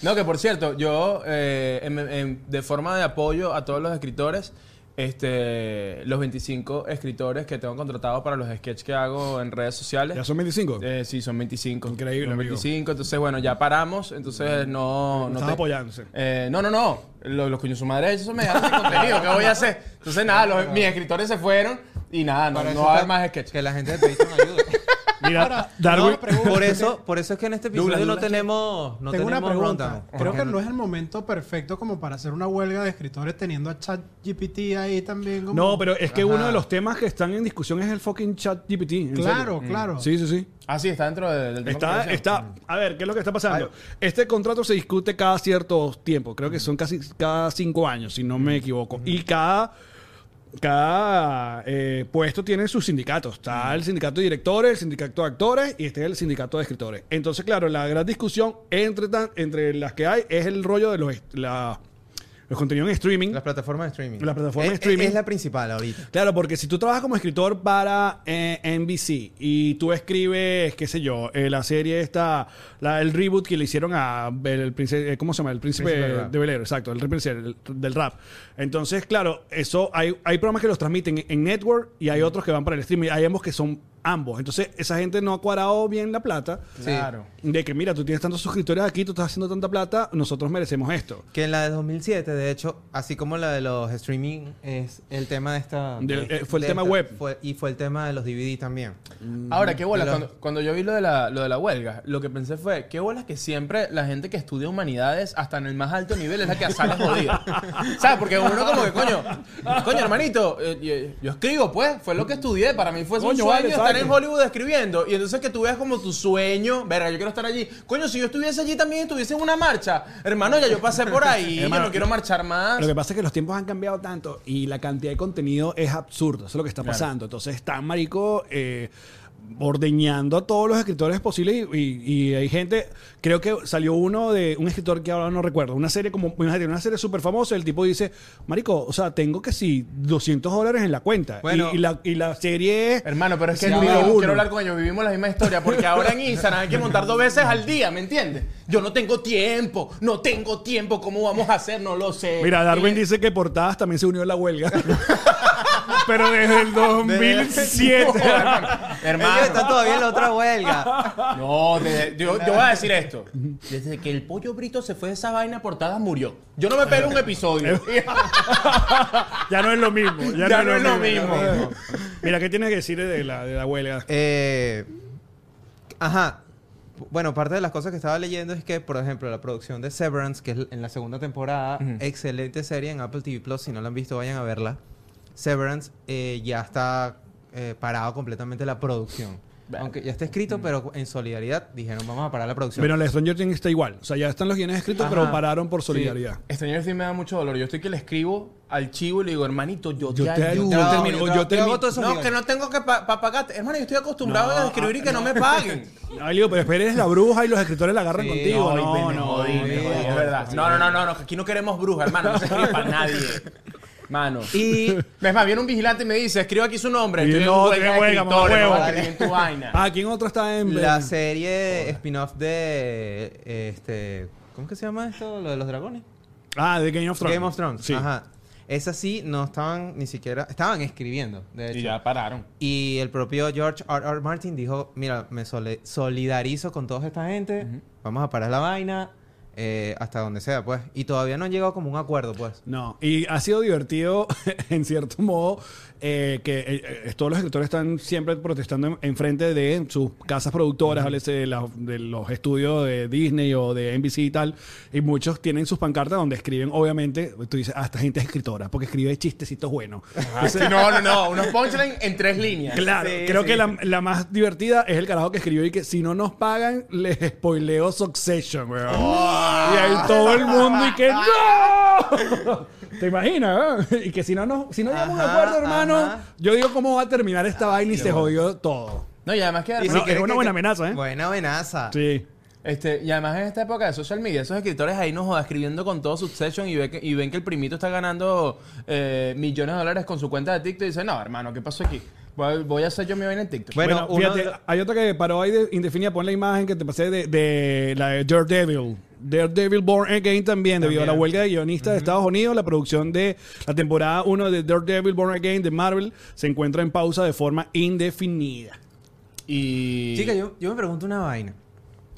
B: no, que por cierto, yo eh, en- en- de forma de apoyo a todos los escritores, este, los 25 escritores que tengo contratados para los sketches que hago en redes sociales.
D: ¿Ya son 25?
B: Eh, sí, son 25.
D: Increíble,
B: Son
D: amigo.
B: 25, entonces bueno, ya paramos, entonces no... no
D: Estás apoyándose.
B: Eh, no, no, no. Los, los coños su madre, eso me dejaron sin contenido, ¿qué voy a hacer? Entonces nada, los- mis escritores se fueron y nada, no,
C: Para
B: no
C: eso
B: va a haber
C: está-
B: más sketches.
C: Que la gente de Patreon ayude.
D: Mira,
E: Ahora,
D: Darwin.
E: no, pregunta.
C: por, eso, por eso es que en este episodio
B: Douglas,
C: no
B: Douglas,
C: tenemos, no
E: Tengo una
C: tenemos
E: pregunta.
C: rundown.
E: Creo
C: Porque
E: que no es el momento perfecto como para hacer una huelga de escritores teniendo a ChatGPT ahí también. Como...
D: No, pero es que uno
C: Ajá.
D: de los temas que están en discusión es el fucking chat GPT. en
E: Claro,
D: serio. Mm.
E: claro.
D: Sí, sí, sí.
B: Ah, sí, está dentro de- del tema que
D: Está,
B: decíamos.
D: está, a ver, ¿qué es lo que está pasando? Este contrato se discute cada cierto tiempo, creo que son casi cada cinco años, si no me equivoco. Y cada, cada eh, puesto tiene sus sindicatos. Está el sindicato de directores, el sindicato de actores y este es el sindicato de escritores. Entonces, claro, la gran discusión entre, tan- entre las que hay es el rollo de los, est- la- los contenidos en streaming.
C: Las plataformas de streaming.
D: Las plataformas de
C: Es- es-
D: streaming.
C: Es la principal ahorita.
D: Claro, porque si tú trabajas como escritor para eh, NBC y tú escribes, qué sé yo, eh, la serie esta, la, el reboot que le hicieron a el príncipe, eh, ¿cómo se llama? El príncipe,
C: Príncipe del rap.
D: de Bel Air, exacto, el príncipe del, del rap. Entonces, claro, eso hay, hay programas que los transmiten en network y hay otros que van para el streaming. Hay ambos que son ambos. Entonces, esa gente no ha cuadrado bien la plata.
B: Claro.
D: De que, mira, tú tienes tantos suscriptores aquí, tú estás haciendo tanta plata, nosotros merecemos esto.
C: Que en la de 2007, de hecho, así como la de los streaming, es el tema de esta...
D: Del-
C: de-
D: eh, fue el
C: de
D: tema
C: esta-
D: web.
C: fue- y fue el tema de los DVD también.
D: Mm,
B: Ahora, qué bolas.
C: Pero-
B: Cuando, cuando yo vi lo de, la, lo de la huelga, lo que pensé fue, qué bolas que siempre la gente que estudia humanidades, hasta en el más alto nivel, es la que sale jodida. ¿Sabes? Porque uno como que, coño, coño, hermanito, eh, yo, yo escribo, pues. Fue lo que estudié. Para mí fue un
D: Coño,
B: sueño
D: vale,
B: estar en
D: exacto.
B: Hollywood escribiendo. Y entonces que tú veas como tu sueño, verga, yo quiero estar allí. Coño, si yo estuviese allí también estuviese en una marcha. Hermano, ya yo pasé por ahí. yo no quiero marchar más.
D: Lo que pasa es que los tiempos han cambiado tanto y la cantidad de contenido es absurdo. Eso es lo que está pasando. Entonces están, marico, eh, ordeñando a todos los escritores posibles y, y- y hay gente... Creo que salió uno de un escritor que ahora no recuerdo. Una serie como... imagínate, Una serie súper famosa. El tipo dice, marico, o sea, tengo que sí 200 dólares en la cuenta.
C: Bueno.
D: y, y la, y la serie es...
B: Hermano, pero es que
D: Sí,
B: mira,
D: va
B: yo
D: uno.
B: quiero hablar con ellos, vivimos la misma historia, porque ahora en Instagram hay que montar dos veces al día, ¿me entiendes? Yo no tengo tiempo, no tengo tiempo, ¿cómo vamos a hacer? No lo sé.
D: Mira, Darwin
B: Y-
D: dice que Portadas también se unió a la huelga. Pero desde el 2007.
B: No, hermano.
C: Ellos están
B: hermano.
C: todavía en la otra huelga.
B: No, te- yo, yo voy a decir esto. Desde que el pollo brito se fue de esa vaina, portada murió. Yo no me pego un episodio.
D: Ya no es lo mismo. Ya,
B: Ya no es lo mismo.
D: Mira, ¿qué tienes que decir de la, de la huelga?
C: Eh, ajá. Bueno, parte de las cosas que estaba leyendo es que, por ejemplo, la producción de Severance, que es en la segunda temporada, excelente serie en Apple TV Plus. Si no la han visto, vayan a verla. Severance eh, ya está eh, parado completamente la producción. Aunque ya está escrito, pero en solidaridad dijeron, vamos a parar la producción.
D: Bueno, la de Stranger Things está igual. O sea, ya están los guiones escritos,
C: Ajá.
D: pero pararon por solidaridad.
B: Extraño sí me da mucho dolor. Yo estoy que le escribo al chivo y le digo, hermanito, yo,
D: Yo te ayudo.
C: Yo
B: termino-
D: yo
C: hago
D: termino-
C: todos esos
B: No,
C: guiones.
B: que no tengo que pa- pa- pagarte. Hermano, yo estoy acostumbrado a escribir y que no, me paguen.
D: No, digo, pero espera, eres la bruja y los escritores la agarran
C: Sí,
D: contigo.
B: Ay,
D: No,
B: me
D: no.
B: jodí, me jodí, es verdad. No, no, no, no, no, que aquí no queremos bruja, hermano. No se escribe para nadie. Mano.
C: Y
B: Es más, viene un vigilante y me dice, escriba aquí su nombre.
D: Y
B: Estoy en
D: no,
B: huelga
D: tiene
B: de
D: huelga, mamá
B: escritores, no
D: huevo.
B: vas a escribir en tu vaina.
D: Ah, ¿quién otro está en.?
C: la serie spin-off de. eh, Este, ¿Cómo que se llama esto? Lo de los dragones.
D: Ah, de Game of Thrones.
C: Game of Thrones.
D: Sí.
C: Ajá. Esas sí no estaban ni siquiera, estaban escribiendo, de hecho.
B: Y ya pararon.
C: Y el propio George R. R. Martin dijo, mira, me sole- solidarizo con toda esta gente, vamos a parar la vaina, eh, hasta donde sea, pues. Y todavía no han llegado como un acuerdo, pues.
D: No, y ha sido divertido, en cierto modo, eh, que eh, eh, todos los escritores están siempre protestando en, en frente de sus casas productoras, háblese de, la- de los estudios de Disney o de NBC y tal, y muchos tienen sus pancartas donde escriben, obviamente, tú dices, ah, esta gente es escritora, porque escribe chistecitos buenos.
B: Ajá, Ah, sí, no, no, no. Unos punchlines en tres líneas.
D: Claro,
C: Sí,
D: creo
C: sí.
D: que la, la más divertida es el carajo que escribió y que si no nos pagan, les spoileo Succession, weón. Y ahí todo el mundo y que ¡No! ¿Te imaginas? weón? Y que si no, nos, si no llegamos a un
C: Ajá,
D: acuerdo, hermano,
C: ajá.
D: yo digo cómo va a terminar esta vaina y se jodió todo.
B: No, y además que...
C: Y si
D: Bueno,
C: quieres
D: es una
C: que-
D: buena amenaza, ¿eh?
C: Buena amenaza.
D: Sí.
B: Este, y además en esta época de social media, esos escritores ahí nos joda escribiendo con todo Succession y, ve que, y ven que el primito está ganando eh, millones de dólares con su cuenta de TikTok y dicen, no, hermano, ¿qué pasó aquí? Voy, voy a hacer yo mi vaina en TikTok.
C: Bueno,
D: Bueno,
C: uno-
D: fíjate, hay otra que paró ahí de indefinida. Pon la imagen que te pasé de, de la de Daredevil. Daredevil Born Again también, debido a la huelga de guionistas de Estados Unidos, la producción de la temporada 1 de Daredevil Born Again de Marvel se encuentra en pausa de forma indefinida.
B: y...
C: Chica, yo, yo me pregunto una vaina.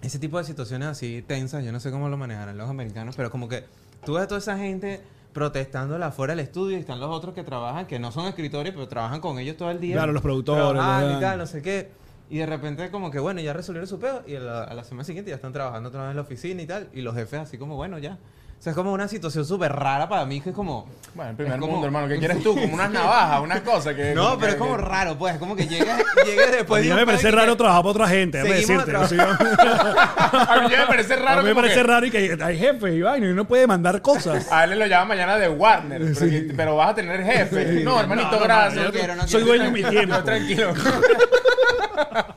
C: Ese tipo de situaciones así tensas, yo no sé cómo lo manejarán los americanos, pero como que tú ves a toda esa gente protestando afuera del estudio y están los otros que trabajan, que no son escritores, pero trabajan con ellos todo el día.
D: Claro, los productores,
C: Trabajan
D: los-
C: y tal, no sé qué. Y de repente como que, bueno, ya resolvieron su pedo y a la, a la semana siguiente ya están trabajando otra vez en la oficina y tal. Y los jefes así como, bueno, ya. O sea, es como una situación súper rara para mí, que es como...
B: Bueno, en primer
C: es como-
B: mundo, hermano, ¿qué quieres tú? Como unas navajas, unas cosas que...
C: No,
B: que-
C: pero es como
B: que-
C: raro, pues. Es como que llegas, llegas después...
D: A
C: de
D: mí ya
C: un
D: me
C: pedo y
D: parece
C: que-
D: raro trabajar para otra gente, déjame
C: Seguimos
D: decirte.
C: a
D: O sea,
B: A mí ya me parece
D: a
B: raro.
D: mí me
B: como
D: parece
B: que-
D: raro y que hay jefes y vaina y uno puede mandar cosas.
B: A él le lo llama mañana de Warner, pero, que- pero vas a tener jefe. No, hermanito,
D: No, no,
B: gracias.
D: yo
C: quiero, no
D: soy
C: quiero.
D: dueño de mi tiempo.
B: No, tranquilo.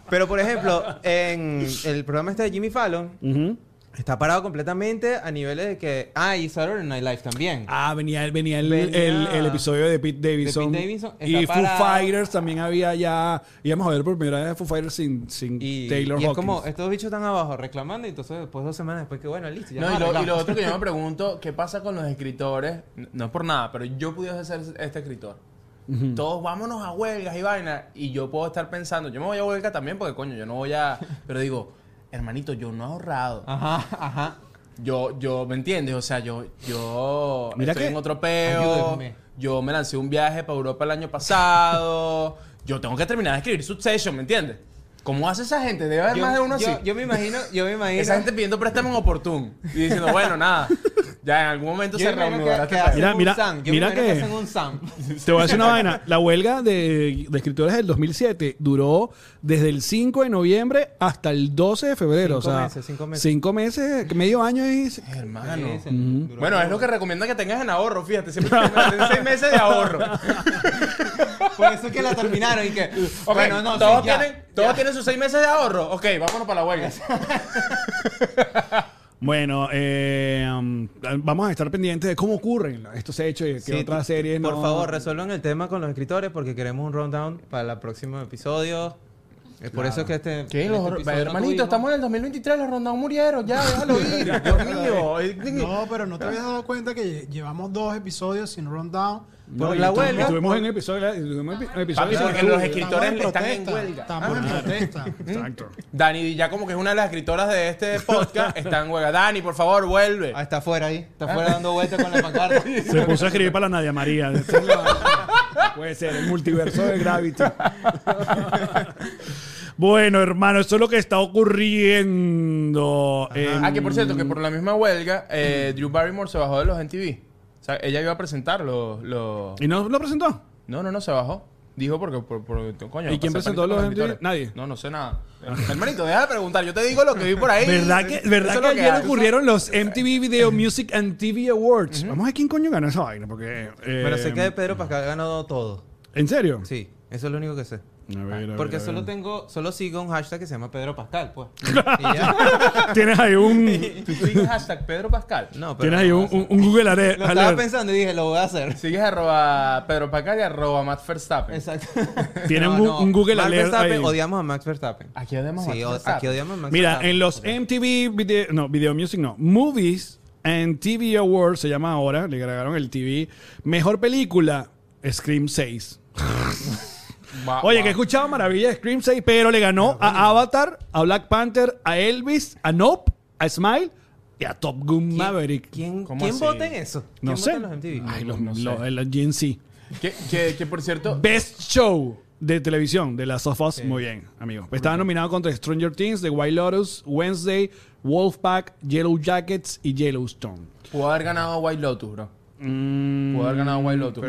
C: Pero por ejemplo, en el programa este de Jimmy Fallon
D: Ujú.
C: está parado completamente a niveles de que. Ah, y Saturday Night Live también.
D: Ah, venía, venía, el,
C: Venía-
D: el- el episodio de Pete Davidson.
C: de Pete Davidson,
D: y
C: está
D: Foo
C: para-
D: Fighters también había ya. Íbamos a ver por primera vez Foo Fighters sin, sin
C: y,
D: Taylor
C: y es
D: Hawkins.
C: como estos bichos están abajo reclamando y entonces después dos semanas después que bueno, listo. Ya
B: No,
C: nos
B: y lo, y lo
C: arreglamos.
B: otro que yo me pregunto, ¿qué pasa con los escritores? N- No es por nada, pero yo pudiese ser este escritor. Todos vámonos a huelgas y vaina. Y yo puedo estar pensando, yo me voy a huelga también porque coño, yo no voy a. Pero digo, hermanito, yo no he ahorrado.
C: Ajá, ajá.
B: Yo, yo, ¿me entiendes? O sea, yo, yo
D: Mira
B: estoy
D: que-
B: en otro peo.
C: Ayúdenme.
B: Yo me lancé un viaje para Europa el año pasado. yo tengo que terminar de escribir Succession, ¿me entiendes? ¿Cómo hace esa gente? Debe haber más de uno
C: yo,
B: así.
C: yo me imagino, yo me imagino.
B: Esa gente pidiendo préstamo en oportun y diciendo, bueno, nada, ya en algún momento
C: yo me
B: se
C: imagino que-
B: reanudará
C: que
B: este pedo.
C: hacen
D: Mira,
C: un
D: mira,
C: Sam. Yo me
D: mira
C: imagino
D: que-
C: que hacen un Sam.
D: Te voy a decir una vaina. La huelga de, de escritores del 2007 duró desde el 5 de noviembre hasta el 12 de febrero.
C: Cinco
D: o sea,
C: meses, cinco meses.
D: meses, medio año y.
B: Hermano.
C: Sí, se- duró
B: Bueno,
C: como-
B: es lo que recomienda que tengas en ahorro, fíjate, siempre tengas seis meses de ahorro.
C: Por eso es que la terminaron y que.
B: Ok,
C: bueno, no,
B: todos,
C: sí, ya.
B: tienen, todos tienen sus seis meses de ahorro. Ok, vámonos para la huelga.
D: Bueno, eh, um, vamos a estar pendientes de cómo ocurren estos hechos y qué
C: Sí,
D: otras
C: t-
D: series.
C: Por
D: no-
C: favor, resuelvan el tema con los escritores porque queremos un rundown para el próximo episodio. Es por eso que este.
B: ¿Qué?
C: este
B: Los,
C: episodio no
B: hermanito,
C: tuvimos.
B: estamos en el 2023, los rondados murieron, ya, déjalo ir, Dios mío.
E: No, pero no te habías dado cuenta que llevamos dos episodios sin rundown.
D: No,
C: por
D: y
C: la
D: tu-
C: huelga.
D: y Tuvimos un episodio. y Tuvimos un
B: Papi,
D: episodio
B: porque los escritores están en huelga.
E: Estamos
D: Ah,
E: en protesta.
D: Exacto.
B: Dani, ya como que es una de las escritoras de este podcast, está en huelga. Dani, por favor, vuelve.
C: Ah, está afuera ahí. Está afuera dando vueltas con la pancarta.
D: Se puso a escribir para la Nadia María. Puede ser el multiverso de Gravity. bueno, hermano, eso es lo que está ocurriendo. en-
B: Ah, que por cierto, que por la misma huelga, eh, Drew Barrymore se bajó de los NTV. O sea, ella iba a presentar los... los-
D: ¿Y no lo presentó?
B: No, no, no, se bajó. Dijo porque... por- por- coño,
D: ¿Y quién
B: pasé
D: presentó
B: panito
D: los
B: con
D: MTV?
B: escritores.
D: Nadie.
B: No, no sé nada. Hermanito, deja de preguntar. Yo te digo lo que vi por ahí.
D: ¿Verdad que, verdad
B: Eso es
D: que
B: lo
D: ayer
B: hay.
D: ocurrieron los MTV Video Music and TV Awards? Vamos a ver quién coño ganó esa vaina, porque... eh,
C: Pero sé que Pedro Pascal ha ganado todo.
D: ¿En serio?
C: Sí, eso es lo único que sé.
D: A ver, a ver, a
C: Porque
D: ver.
C: solo tengo, solo sigo un hashtag que se llama Pedro Pascal, pues. Y ya.
D: Tienes ahí un...
B: ¿Tú sigues hashtag Pedro Pascal?
C: No, pero. no
D: Tienes ahí
C: lo
D: un,
C: voy a
D: un-
C: hacer.
D: un Google Alert.
C: Lo estaba pensando y dije, lo voy a hacer.
B: Sigues arroba Pedro Pascal y arroba Matt Verstappen.
C: Exacto.
D: Tiene un- un Google
C: Max
D: Alert
C: Verstappen,
D: ahí.
C: Odiamos a Max Verstappen.
B: Aquí además
C: Sí,
B: Matt
C: o-
B: Verstappen.
C: aquí odiamos a Max
D: Mira,
C: Verstappen.
D: en los MTV video, no, video music no, movies and TV Award, se llama ahora, le agregaron el TV. Mejor película, Scream 6.
B: Va-
D: Oye,
B: va.
D: que he escuchado maravilla de Scream 6, pero le ganó a Avatar, a Black Panther, a Elvis, a Nope, a Smile y a Top Gun Maverick.
C: ¿Quién,
B: ¿Cómo
C: ¿quién
B: así?
C: vota en eso?
D: No
C: ¿Quién
D: sé.
C: vota en los MTV?
D: Ay, los,
B: No sé.
D: los- el Gen Z.
B: Que, que, que, por cierto,
D: Best Show de televisión de Last of Us. Muy bien, amigos. Estaba nominado contra Stranger Things, The White Lotus, Wednesday, Wolfpack, Yellow Jackets y Yellowstone.
B: pudo haber ganado a White Lotus, bro. Pudo haber ganado a White Lotus.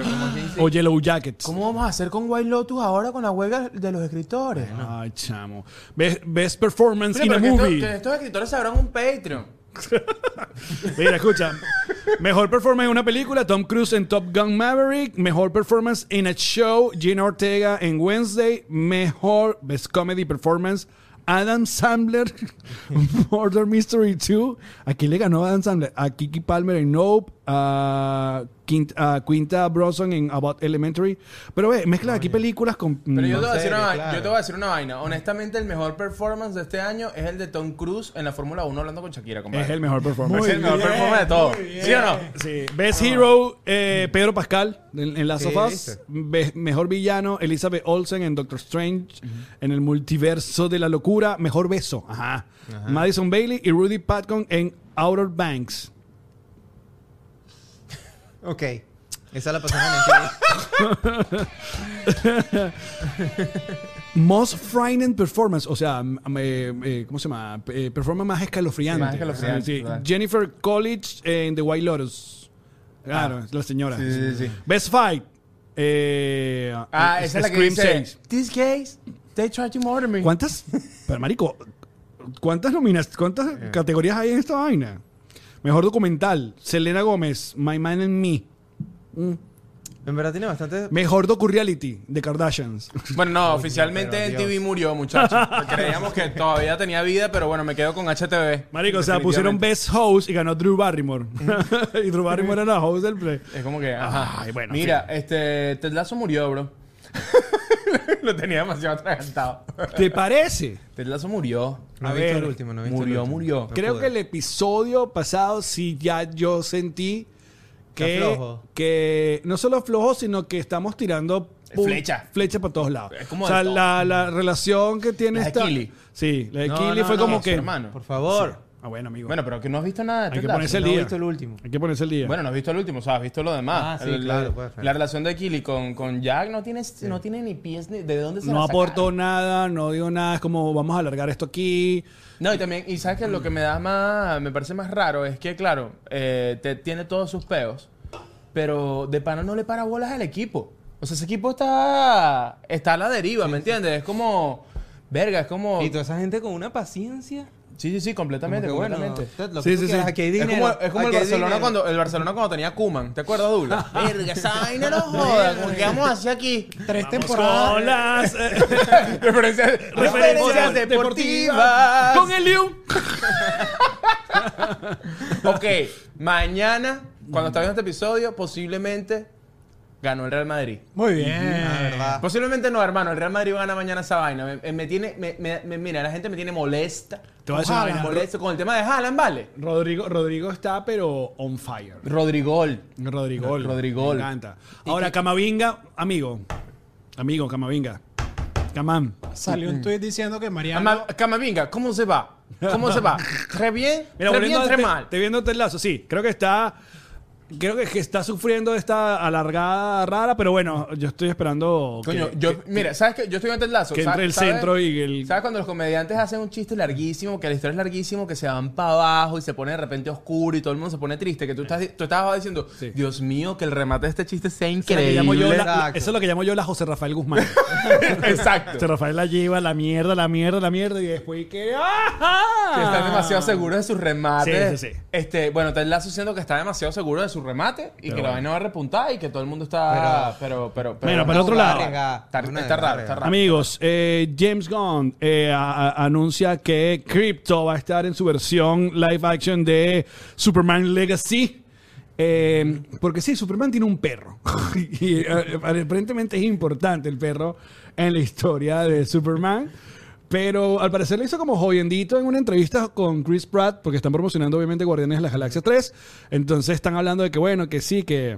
D: O Yellow Jackets.
B: ¿Cómo vamos a hacer con White Lotus ahora con la huelga de los escritores?
D: Ay, chamo. Best, best Performance
B: Mira,
D: in a
B: pero que esto-
D: Movie.
B: que estos escritores se abran un Patreon.
D: Mira, escucha. Mejor performance en una película, Tom Cruise en Top Gun Maverick. Mejor performance en a show, Gina Ortega en Wednesday. Mejor best comedy performance, Adam Sandler, Murder Mystery 2. Aquí le ganó Adam Sandler. A Kiki Palmer en Nope. A Quint- a Quinta, Bronson en About Elementary. Pero ve, mezcla aquí películas con...
B: Pero yo
D: no
B: te, voy a
D: sé.
B: decir una,
C: serio,
B: vaina-
C: claro.
B: yo te voy a decir una vaina. Honestamente, el mejor performance de este año es el de Tom Cruise en la Fórmula 1 hablando con Shakira, compadre.
D: Es el mejor performance.
B: Es el mejor performance de todo. ¿Sí o no?
D: Sí. Best Hero, eh, Pedro Pascal en, en Last
C: Sí,
D: of Us.
C: ¿viste?
D: Be- mejor villano, Elizabeth Olsen en Doctor Strange. En el multiverso de la locura. Mejor beso. Ajá. Madison Bailey y Rudy Patton en Outer Banks.
C: Ok. Esa la pasamos en MTV.
D: Most frightening performance, o sea, m- eh, eh, ¿cómo se llama? Eh, performance más escalofriante.
B: más escalofriante,
D: Sí.
B: claro.
D: Jennifer College en The White Lotus. Claro, es la señora.
B: Ah. Sí, sí, sí.
D: Best Fight. eh,
B: Ah, esa es la que
D: Scream
B: dice.
D: 6.
B: These gays, they tried to murder me.
D: ¿Cuántas? Pero marico, ¿cuántas nominas, cuántas categorías hay en esta vaina? Mejor documental, Selena Gómez, My Man and Me.
C: En verdad tiene bastante.
D: Mejor docu-reality, The Kardashians.
B: Bueno, no, oficialmente en TV murió, muchachos. Creíamos que todavía tenía vida, pero bueno, me quedo con HTV.
D: Marico, o sea, pusieron
B: Definitivamente.
D: Best Host y ganó Drew Barrymore. y Drew Barrymore era la host del play.
B: Es como que, ajá.
D: Ay, bueno,
B: Mira, este, Ted Lasso murió, bro. Lo tenía demasiado atragantado.
D: ¿Te parece?
B: Ted Lazo murió.
C: No
D: A
C: he visto
D: ver,
C: el último, no he visto el
B: Murió,
C: último.
B: murió.
C: No
D: Creo
C: pude.
D: que el episodio pasado sí ya yo sentí que,
C: Está flojo.
D: que no solo flojo, sino que estamos tirando pum,
B: Flecha.
D: flecha para todos lados.
B: Es como
D: o sea,
B: de todo.
D: la, la relación que tiene
B: La de
D: esta.
B: Kili.
D: Sí, la de
B: No,
D: Kili
B: no,
D: fue
B: no,
D: como
B: su
D: que.
B: hermano.
C: Por favor.
D: Ah, bueno, amigo.
B: Bueno, pero que no has visto nada de
D: hay que
B: Ted Lasso.
D: ponerse el
C: No he
D: día.
C: visto el último.
D: Hay que ponerse el día.
B: Bueno, no has visto el último, o sea, has visto lo demás.
C: Ah, sí,
B: El- la,
C: claro, pues,
B: la relación de Kili con, con Jack no tiene, no tiene ni pies ni de dónde se
D: no
B: la
D: aportó
B: sacaron.
D: nada, no dio nada. Es como vamos a alargar esto aquí.
B: No, y también, y sabes que lo que me da más, me parece más raro es que, claro, eh, te, tiene todos sus peos, pero de pana no le para bolas al equipo. O sea, ese equipo está, está a la deriva, ¿me entiendes? Es como, verga, es como...
C: Y toda esa gente con una paciencia.
B: Sí, sí, sí,
C: Como
B: completamente,
C: que bueno.
B: completamente.
C: usted, lo
D: Sí,
C: que
D: sí,
C: tú quieras,
D: sí.
C: Aquí hay
B: Es
C: dinero.
B: como, es como el,
C: aquí hay
B: Barcelona
C: dinero.
B: cuando, el Barcelona cuando tenía Kuman. ¿Te acuerdas, Dula? Verga, esa vaina no joda. ¿Con qué vamos a hacer aquí?
E: Tres temporadas.
D: Con las eh,
B: Referencias, referencias deportivas.
D: Con el León.
B: Ok, mañana, cuando está viendo este episodio, posiblemente ganó el Real Madrid.
E: Muy bien.
C: Ah, verdad.
B: Posiblemente no, hermano. El Real Madrid va a ganar mañana esa vaina. Me, me- me tiene, me- me- me- mira, la gente me tiene molesta.
D: Te voy a decir
B: Ojalá,
D: una vaina.
B: molesta con el tema de Haaland, ¿vale?
D: Rodrigo, Rodrigo está, pero on fire.
B: Rodrigol.
D: Rodrigo.
B: Rodrigo.
D: Me encanta. Ahora, Camavinga, amigo. Amigo, Camavinga. Camam.
E: Salió
D: Mm.
E: un tuit diciendo que Mariano.
B: Ama- Camavinga, ¿cómo se va? ¿Cómo se va? ¿Tre bien?
D: Mira,
B: ¿Tre
D: volviendo
B: bien?
D: a
B: ¿Tre
D: este-
B: mal?
D: Te viendo este lazo, sí. Creo que está. Creo que, que está sufriendo esta alargada rara, pero bueno, yo estoy esperando.
B: Coño,
D: que-
B: yo, mira, ¿sabes qué? Yo estoy viendo el lazo.
D: que
B: sa-
D: entre el
B: ¿sabes?
D: centro y el-
B: ¿Sabes cuando los comediantes hacen un chiste larguísimo, que la historia es larguísimo, que se van para abajo y se pone de repente oscuro y todo el mundo se pone triste? Que tú, estás, tú estabas diciendo,
D: Sí.
B: Dios mío, que el remate de este chiste sea
D: que- que
B: increíble.
D: llamo yo la-
C: Exacto.
D: eso es lo que llamo yo la José Rafael Guzmán. José
B: Exacto.
D: Rafael la lleva, la mierda, la mierda, la mierda, y después que. ¡ah! ¡Ajá!
B: Que están demasiado seguros de sus remates.
D: Sí, sí, sí.
B: Este, bueno, Ted Lasso diciendo que está demasiado seguro de su remate y que la
D: bueno.
B: vaina va a repuntar y que todo el mundo está. Pero, pero, pero.
D: Mira, para
C: Una
D: otro lado.
C: jugada
B: Está,
C: arriesgada.
B: está raro, está raro.
D: Amigos, eh, James Gunn eh, a- a- anuncia que Crypto va a estar en su versión live action de Superman Legacy. Eh, porque sí, Superman tiene un perro. y eh, aparentemente es importante el perro en la historia de Superman. Pero al parecer le hizo como jodiendito en una entrevista con Chris Pratt, porque están promocionando obviamente Guardianes de la Galaxia 3. Entonces están hablando de que bueno, que sí, que.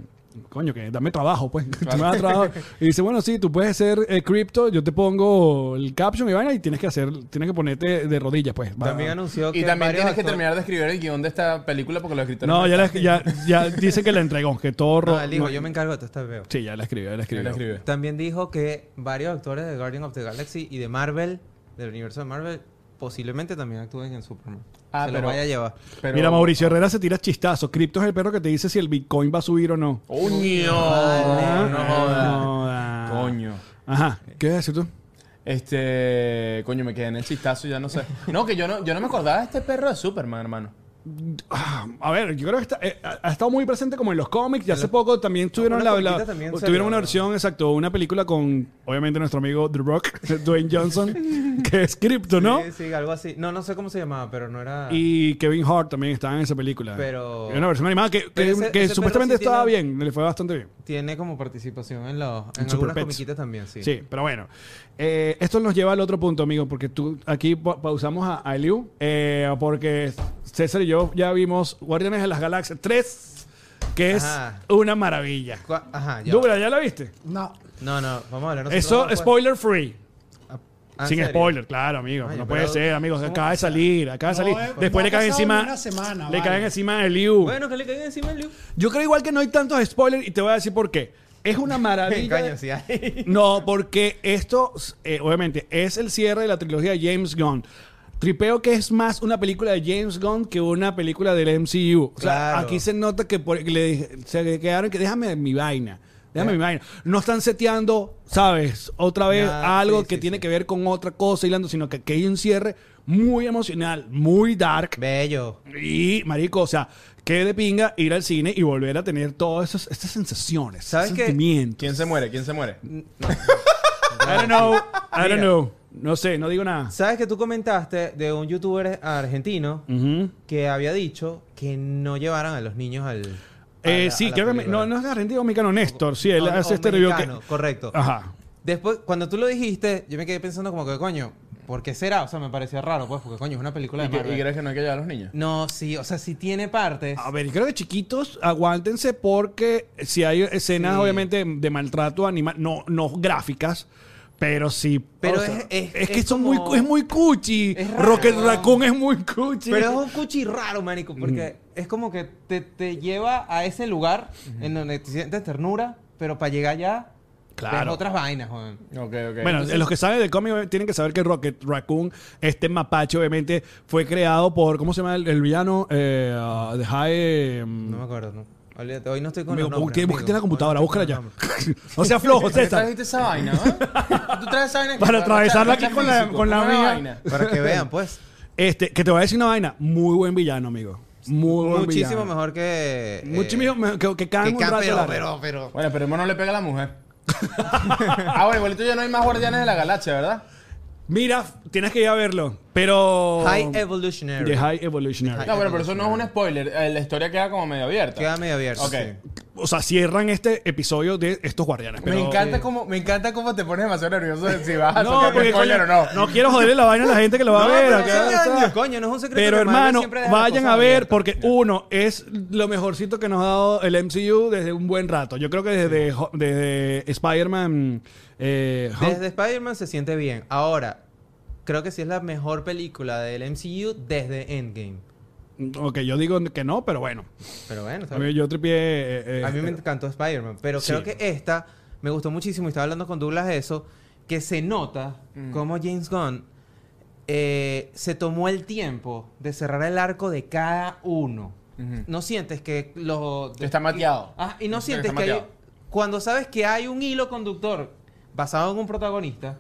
D: Coño, que dame trabajo, pues. que me das trabajo. Y dice, bueno, sí, tú puedes ser eh, cripto, yo te pongo el caption y vaina y tienes que hacer, tienes que ponerte de rodillas, pues. Va-
C: También anunció que
B: Y también
C: varios
B: tienes que
C: actores-
B: terminar de escribir el guión de esta película porque los escritores.
D: No, ya, la-
B: la
D: ya, ya dice que la entregó, que todo... ro-
C: No, él dijo,
D: no-
C: yo me encargo de todo este veo.
D: Sí, ya la escribió, ya la escribió.
B: escribe.
C: También dijo que varios actores de Guardian of the Galaxy y de Marvel, del universo de Marvel, posiblemente también actúen en Superman.
B: Ah,
C: Se
B: pero-
C: lo vaya a llevar.
B: Pero-
D: Mira, Mauricio Herrera se tira chistazo. Cripto es el perro que te dice si el Bitcoin va a subir o no.
B: ¡Coño!
C: Vale.
B: No jodas.
D: No, da.
B: Coño.
D: Ajá. ¿Qué vas a decir tú?
B: Este. Coño, me quedé en el chistazo, ya no sé. No, que yo no, yo no me acordaba de este perro de Superman, hermano.
D: Ah, A ver, yo creo que está- eh, ha ha estado muy presente como en los cómics. Y hace poco también tuvieron,
C: Una
D: la, la-
C: comiquita también
D: tuvieron
C: salió,
D: una
C: ¿no?
D: versión, exacto, una película con, obviamente, nuestro amigo The Rock, Dwayne Johnson, que es cripto, ¿no?
C: Sí, sí, algo así. No, no sé cómo se llamaba, pero no era...
D: Y Kevin Hart también estaba en esa película.
C: Pero-
D: Era Una versión animada que, que-
C: Pero ese-
D: que
C: ese perro
D: supuestamente
C: sí
D: estaba
C: tiene-
D: bien, le fue bastante bien.
C: Tiene como participación en, los, en
D: Super
C: algunas
D: Pets.
C: comiquitas también, sí.
D: Sí, pero bueno. Eh, esto nos lleva al otro punto, amigo, porque tú aquí pa- pausamos a, a Eliu, eh, porque César y yo ya vimos Guardianes de las Galaxias 3, que es
C: Ajá.
D: una maravilla.
C: Cua- Ajá, ya.
D: Dúbela, ¿ya la viste?
E: No.
C: No, no, vamos a hablar nosotros
D: Eso,
C: después.
D: spoiler free.
C: Ah, ¿en
D: Sin
C: serio?
D: spoiler, claro, amigo.
C: Ay,
D: no
C: pero-
D: puede ser, amigos.
C: ¿cómo
D: Acaba de salir, acaba de
E: No,
D: salir.
E: eh,
D: Después
E: no
D: le
E: ha
D: caen
E: pasado
D: encima.
E: ni una semana,
D: le
E: vale.
D: caen encima a Eliu.
C: Bueno, que le caiga encima el Liu.
D: Yo creo igual que no hay tantos spoilers y te voy a decir por qué. Es una maravilla.
C: Coño, Ah, sí hay.
D: No, porque esto, eh, obviamente, es el cierre de la trilogía de James Gunn. Tripeo que es más una película de James Gunn que una película del MCU. O sea,
C: Claro.
D: aquí se nota que por- que le- se quedaron que déjame mi vaina. Déjame mi vaina. No están seteando, ¿sabes? Otra vez
C: Nada,
D: algo
C: sí,
D: que
C: sí,
D: tiene
C: sí.
D: que ver con otra cosa, hilando, sino que aquí hay un cierre muy emocional, muy dark.
C: Bello.
D: Y, marico, o sea, qué de pinga ir al cine y volver a tener todas esas, estas sensaciones,
C: ¿Sabes qué?
D: sentimientos.
B: ¿Quién se muere? ¿Quién se muere?
D: I don't know, I don't know. No sé, no digo nada.
C: ¿Sabes que tú comentaste de un youtuber argentino
D: Ujú.
C: que había dicho que no llevaran a los niños al. a
D: Eh,
C: la- a
D: sí,
C: la
D: creo que me-
C: película?
D: no, no es argentino mexicano, Néstor. Sí, él
C: O-
D: hace
C: o
D: este review que.
C: mexicano, Correcto.
D: Ajá.
C: Después, cuando tú lo dijiste, yo me quedé pensando como que, coño, ¿por qué será? O sea, me parecía raro, pues, porque coño, es una película
B: ¿Y,
C: de
B: que- y
C: Marvel.
B: crees que no hay que llevar a los niños?
C: No, sí, o sea, sí tiene partes.
D: A ver, creo que chiquitos, aguántense porque si hay escenas,
C: Sí.
D: obviamente, de maltrato animal, no, no gráficas. Pero sí.
C: Pero
D: o sea,
C: es- es-
D: que
C: es
D: son
C: como-
D: muy, es muy cuchi.
C: Es raro.
D: Rocket Raccoon es muy cuchi.
C: Pero es un cuchi raro, manico, porque
D: Mm.
C: es como que te, te lleva a ese lugar en donde te sientes ternura, pero para llegar allá,
D: Claro.
C: ves otras vainas, joven.
B: Ok, ok.
D: Bueno, los que saben del cómic eh, tienen que saber que Rocket Raccoon, este mapache, obviamente, fue creado por, ¿cómo se llama el, el villano? Eh, ah, de High... eh,
C: No me acuerdo, no. Olvídate, hoy no estoy con
D: amigo,
C: los nombres,
D: búsquete-
C: amigo.
D: búsquete en la
C: Hoy
D: computadora,
C: no estoy
D: búscala
C: con
D: ya.
C: los
D: no sea flojo,
B: ¿Para qué
D: César.
B: trajiste esa vaina, ¿ah? ¿Tú traes esa vaina? aquí
D: Para atravesarla
B: cachar
D: aquí con la-
B: físico,
D: con la
B: una
D: amiga.
C: nombres. Para que vean, pues.
D: Este, que te voy a decir una vaina. Muy buen villano, amigo. Muy buen
C: Muchísimo
D: villano.
C: mejor que. eh,
D: Muchísimo mejor. Que, que cagan
C: que
D: un
C: Can,
D: rato
C: pero,
D: largo.
C: pero, pero.
B: Bueno, pero hermano no le pega a la mujer. Ahora, igualito ya no hay más guardianes de la galaxia, ¿verdad?
D: Mira, tienes que ir a verlo. Pero...
C: High Evolutionary.
D: The High Evolutionary.
B: No, pero, pero eso no es un spoiler. eh, La historia queda como medio abierta.
C: Queda medio abierto.
B: Ok.
C: sí.
D: O sea, cierran este episodio de estos guardianes.
B: Me,
D: pero- eh,
B: encanta cómo, me encanta cómo te pones demasiado nervioso de si
C: Ah,
B: vas a
D: No,
B: no,
D: porque
B: spoiler
D: coño,
B: o no.
D: no quiero joderle la vaina a la gente que lo va a
C: No,
D: ver.
C: pero
D: acá,
C: sí,
D: o sea.
C: coño, no es un secreto
D: Pero
C: que Marvel
D: hermano,
C: siempre deja las
D: vayan
C: cosas
D: a ver
C: abiertas.
D: porque uno es lo mejorcito que nos ha dado el MCU desde un buen rato. Yo creo que desde, Ho- desde Spider-Man eh, Home-
C: Desde Spider-Man se siente bien. Ahora, creo que sí es la mejor película del MCU desde Endgame.
D: Ok, yo digo que no, pero bueno.
C: Pero bueno, está
D: A mí,
C: bien.
D: yo tripié eh, eh,
C: a mí me encantó Spider-Man, pero
D: Sí.
C: creo que esta me gustó muchísimo y estaba hablando con Douglas de eso, que se nota
B: Mm.
C: cómo James Gunn eh, se tomó el tiempo de cerrar el arco de cada uno.
B: Ujú.
C: No sientes que los...
B: Mm. Está mateado.
C: Ah, y no
B: Está-
C: sientes
B: está
C: que hay-
B: mateado.
C: Cuando sabes que hay un hilo conductor basado en un protagonista,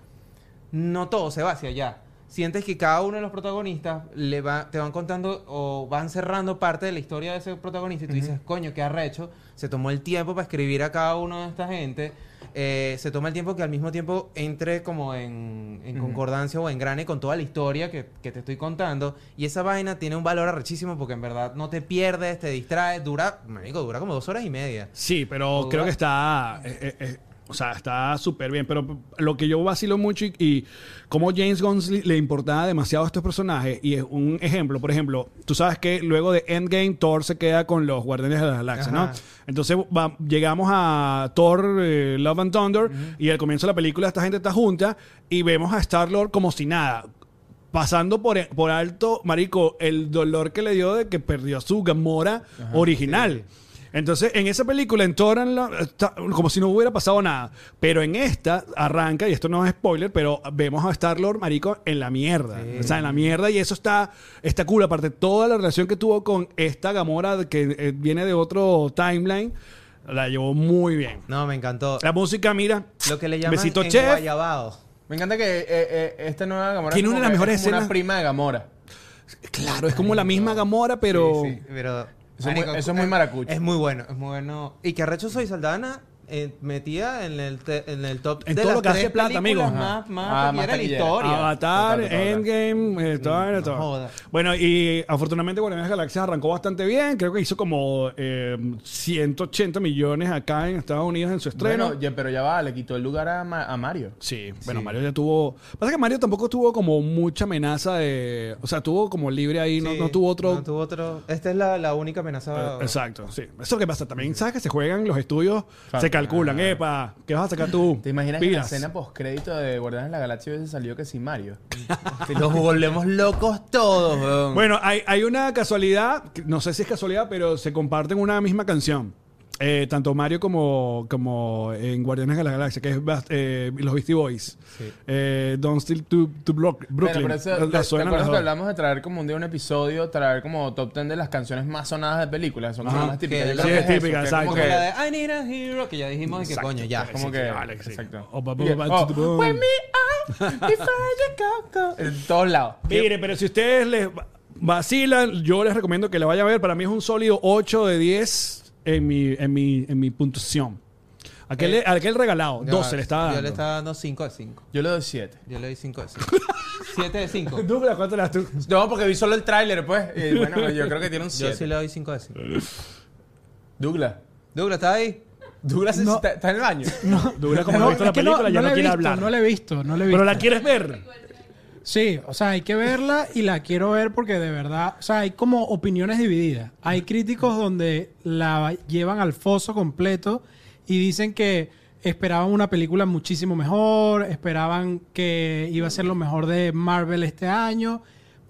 C: no todo se va hacia allá. Sientes que cada uno de los protagonistas le va, te van contando o van cerrando parte de la historia de ese protagonista y tú dices, coño, qué arrecho. Se tomó el tiempo para escribir a cada uno de esta gente. Eh, se toma el tiempo que al mismo tiempo entre como en, en concordancia o engrane con toda la historia que, que te estoy contando. Y esa vaina tiene un valor arrechísimo porque en verdad no te pierdes, te distraes. Dura, marico, dura como dos horas y media.
D: Sí, pero
C: ¿Duda?
D: creo que está. eh, eh, eh, O sea, está súper bien. Pero lo que yo vacilo mucho y, y como James Gunn le- le importaba demasiado a estos personajes, y es un ejemplo, por ejemplo, tú sabes que luego de Endgame, Thor se queda con los Guardianes de la Galaxia,
C: Ajá.
D: ¿no? Entonces va- llegamos a Thor, eh, Love and Thunder, y al comienzo de la película esta gente está junta y vemos a Star-Lord como si nada. Pasando por, por alto, Marico, el dolor que le dio de que perdió a su Gamora original. Entonces, en esa película, en Thor, en la- está- como si no hubiera pasado nada. Pero en esta arranca, y esto no es spoiler, pero vemos a Star-Lord, Marico, en la mierda. O sea, en la mierda, y eso está, está cool. Aparte, toda la relación que tuvo con esta Gamora que eh, viene de otro timeline, la llevó muy bien.
C: No, me encantó.
D: La música, mira.
C: Lo que le llaman
D: Ah, Besito
C: en
D: chef.
C: guayabao.
B: Me encanta que eh, eh, esta nueva Gamora
D: Tiene
B: es como
D: una de las
B: que-
D: mejores
B: es como
D: escenas.
B: Una prima de Gamora.
D: Claro, es como la misma Gamora, pero.
C: Sí, sí, pero...
B: Eso es muy- eso es muy maracucho.
C: Es muy bueno, es muy bueno. Y que arrecho soy Saldana eh, metía en el, te- en el top
D: En
C: de
D: todo
C: las
D: lo que hace
C: tres
D: plata,
C: películas
D: amigo. Ah,
C: más, más
B: Ah, más
C: taquillera de la
B: taquillera.
C: historia.
D: Avatar,
B: Total, total.
D: Endgame, eh, todo, todo.
C: jodas.
D: Bueno, y afortunadamente Guardianes de la Galaxia arrancó bastante bien. Creo que hizo como eh, 180 millones acá en Estados Unidos en su estreno.
B: Bueno, ya- pero ya va, le quitó el lugar a, Ma- a Mario.
D: Sí, bueno, Mario ya tuvo. Pasa que Mario tampoco tuvo como mucha amenaza de. O sea, tuvo como libre ahí, no,
C: Sí,
D: no tuvo otro. Eh,
C: No tuvo otro. Esta es la, la única amenaza.
D: Exacto, sí. Eso que pasa también, ¿sabes? Que se juegan los estudios, se calculan, epa, ¿qué vas a sacar tú?
B: Ah. ¿Te imaginas que
D: Pilas.
B: la escena postcrédito de Guardianes de la Galaxia hubiese salido que sin Mario?
C: Los volvemos locos todos, weón.
D: Bueno, hay, hay una casualidad, que no sé si es casualidad, pero se comparten una misma canción. Eh, tanto Mario como, como en Guardianes de la Galaxia, que es Bast- eh, los Beastie Boys. Eh, Don't Steal to, to Block- Brooklyn.
B: Bueno, pero eso,
D: Las
B: ¿te, te
D: suenan
B: acuerdas que
D: las dos.
B: hablamos de traer como un día un episodio, traer como top 10 de las canciones más sonadas de películas? Son como
D: Ajá.
B: más típicas.
C: Que-
B: Yo
C: sí,
B: creo
D: es
B: que eso,
D: típica,
B: que es como
D: exacto.
B: que-
C: Como la de I need a hero, que ya dijimos de que coño, ya.
B: como
C: Como
B: que-
D: vale, sí.
B: exacto.
D: Opa,
B: Y-
D: opa,
B: oh,
D: tu, tu,
B: "Wake me up before you go, go". En todos lados.
D: Mire, pero si ustedes les va- vacilan, yo les recomiendo que la vayan a ver. Para mí es un sólido 8 de 10 en mi, en mi, en mi puntuación. Aquel, aquel regalado, 12 le estaba dando.
C: Yo le estaba dando 5 de 5.
B: Yo le doy 7.
C: Yo le di 5 de 5. 7 de 5.
D: Douglas, ¿cuánto le das tú?
B: No, porque vi solo el tráiler, pues. Y bueno, yo creo que tiene un
C: Yo sí
B: 7.
C: le doy 5 de 5.
B: Douglas.
C: Douglas, ¿estás ahí?
B: Douglas está, está en el baño.
D: Douglas, como no ha visto la
E: es que no-
D: película, ya
E: la
D: no
E: he
D: quiere
E: visto,
D: hablar.
E: No la he visto, no la he visto.
D: Pero la quieres ver.
E: Sí, o sea, hay que verla y la quiero ver porque de verdad, o sea, hay como opiniones divididas. Hay críticos donde la llevan al foso completo y dicen que esperaban una película muchísimo mejor, esperaban que iba a ser lo mejor de Marvel este año,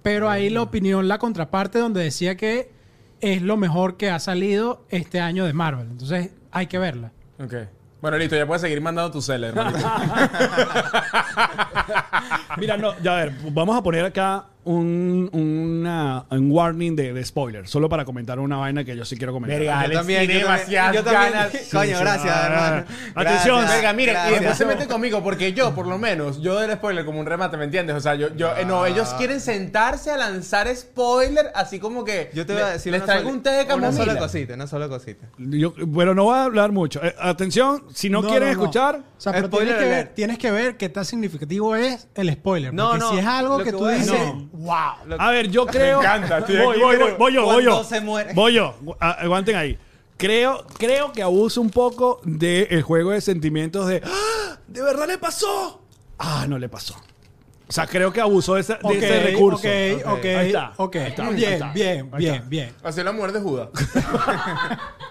E: pero ahí la opinión, la contraparte, donde decía que es lo mejor que ha salido este año de Marvel. Entonces, hay que verla.
B: Ok. Bueno, listo, ya puedes seguir mandando tu cel, hermanito.
D: Mira, no, ya a ver, vamos a poner acá un, una- un warning de, de spoiler, solo para comentar una vaina que yo sí quiero comentar.
B: Verga. Alex tiene demasiadas ganas.
C: Coño, gracias,
D: ah,
C: hermano.
D: atención.
C: Gracias,
B: Verga, miren, y después
C: gracias.
B: se meten conmigo porque yo, por lo menos, yo del spoiler como un remate, ¿me entiendes? O sea, yo, yo, eh, no, ellos quieren sentarse a lanzar spoiler, así como que.
C: Yo te voy a
B: le-
C: decir
B: Les
C: una
B: traigo
C: sola-
B: un té de camomila.
C: Una sola cosita, una sola cosita.
D: Yo- bueno, no voy a hablar mucho. Eh, atención, si no, quieren escuchar,
E: O sea, pero
C: Spoiler
E: tienes que, ver,
C: alert.
E: tienes que ver qué tan significativo es el spoiler.
C: No,
E: porque
C: no,
E: si es
C: lo
E: algo
C: que
E: que, tú
C: voy a
E: dices,
D: decir-
E: wow.
D: a ver, yo creo.
B: encanta, estoy
D: voy,
B: aquí,
D: voy,
B: pero
D: voy, voy yo, voy yo.
C: cuando se muere.
D: Voy yo. A- Aguanten ahí. Creo, creo que abuso un poco del juego de sentimientos de. ¡Ah! ¿De verdad le pasó? Ah, no le pasó. O sea, creo que abusó de, esa- de ese
E: Ok,
D: recurso.
E: Ok, ok,
D: Ahí está.
E: ok.
D: Ahí está, ahí
E: Bien,
D: está.
E: bien,
D: Ahí
E: bien,
D: está.
E: bien.
B: Así es la mujer de Judas.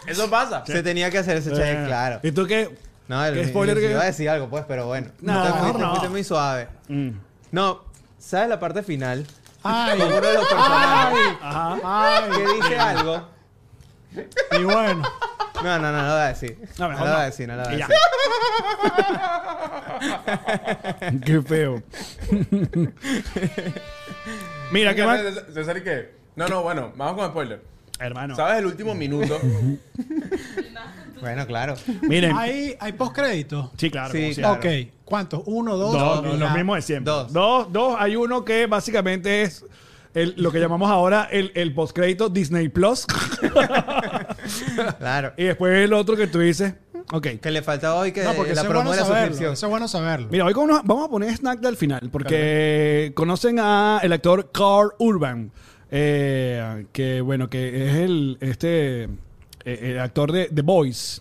B: Eso pasa.
C: Se tenía que hacer ese check,
D: Eh,
C: claro.
D: ¿Y tú qué?
C: No, el,
D: ¿Qué spoiler que-
C: iba a decir algo, pues, pero bueno.
D: No,
C: te fuiste,
D: no.
C: fuiste muy suave. No, ¿sabes la parte final?
E: Ay,
C: Como uno de los personajes
E: ay, ay.
C: que dice algo.
E: Y bueno,
C: No, no, no, no lo voy a decir. No, lo
D: No, mejor
C: voy a
D: no.
C: decir, no lo voy a
D: Y ya.
C: decir.
D: Qué feo. Mira, ¿qué más?
B: César, ¿y qué? No, no, bueno, vamos con spoiler.
D: Hermano.
B: ¿Sabes el último minuto?
C: Bueno, claro.
D: Miren.
E: hay, hay postcrédito.
D: Sí, claro.
C: Sí,
D: como siempre.
E: Ok, ¿cuántos? Uno, dos,
D: Dos,
E: tres,
D: los
E: ya.
D: mismos de siempre.
C: Dos.
D: Dos. dos. hay uno que básicamente es el- lo que llamamos ahora el, el postcrédito Disney Plus.
C: Claro.
D: y después el otro que tú dices. Ok.
C: Que le faltaba hoy que
E: No, porque
C: la
E: eso es
C: promo
E: bueno
C: de la
E: saberlo.
C: suscripción.
E: Eso es bueno saberlo.
D: Mira, hoy con unos- vamos a poner snack al final, porque conocen a el actor Carl Urban, eh, que bueno, que es el este eh, el actor de The Voice.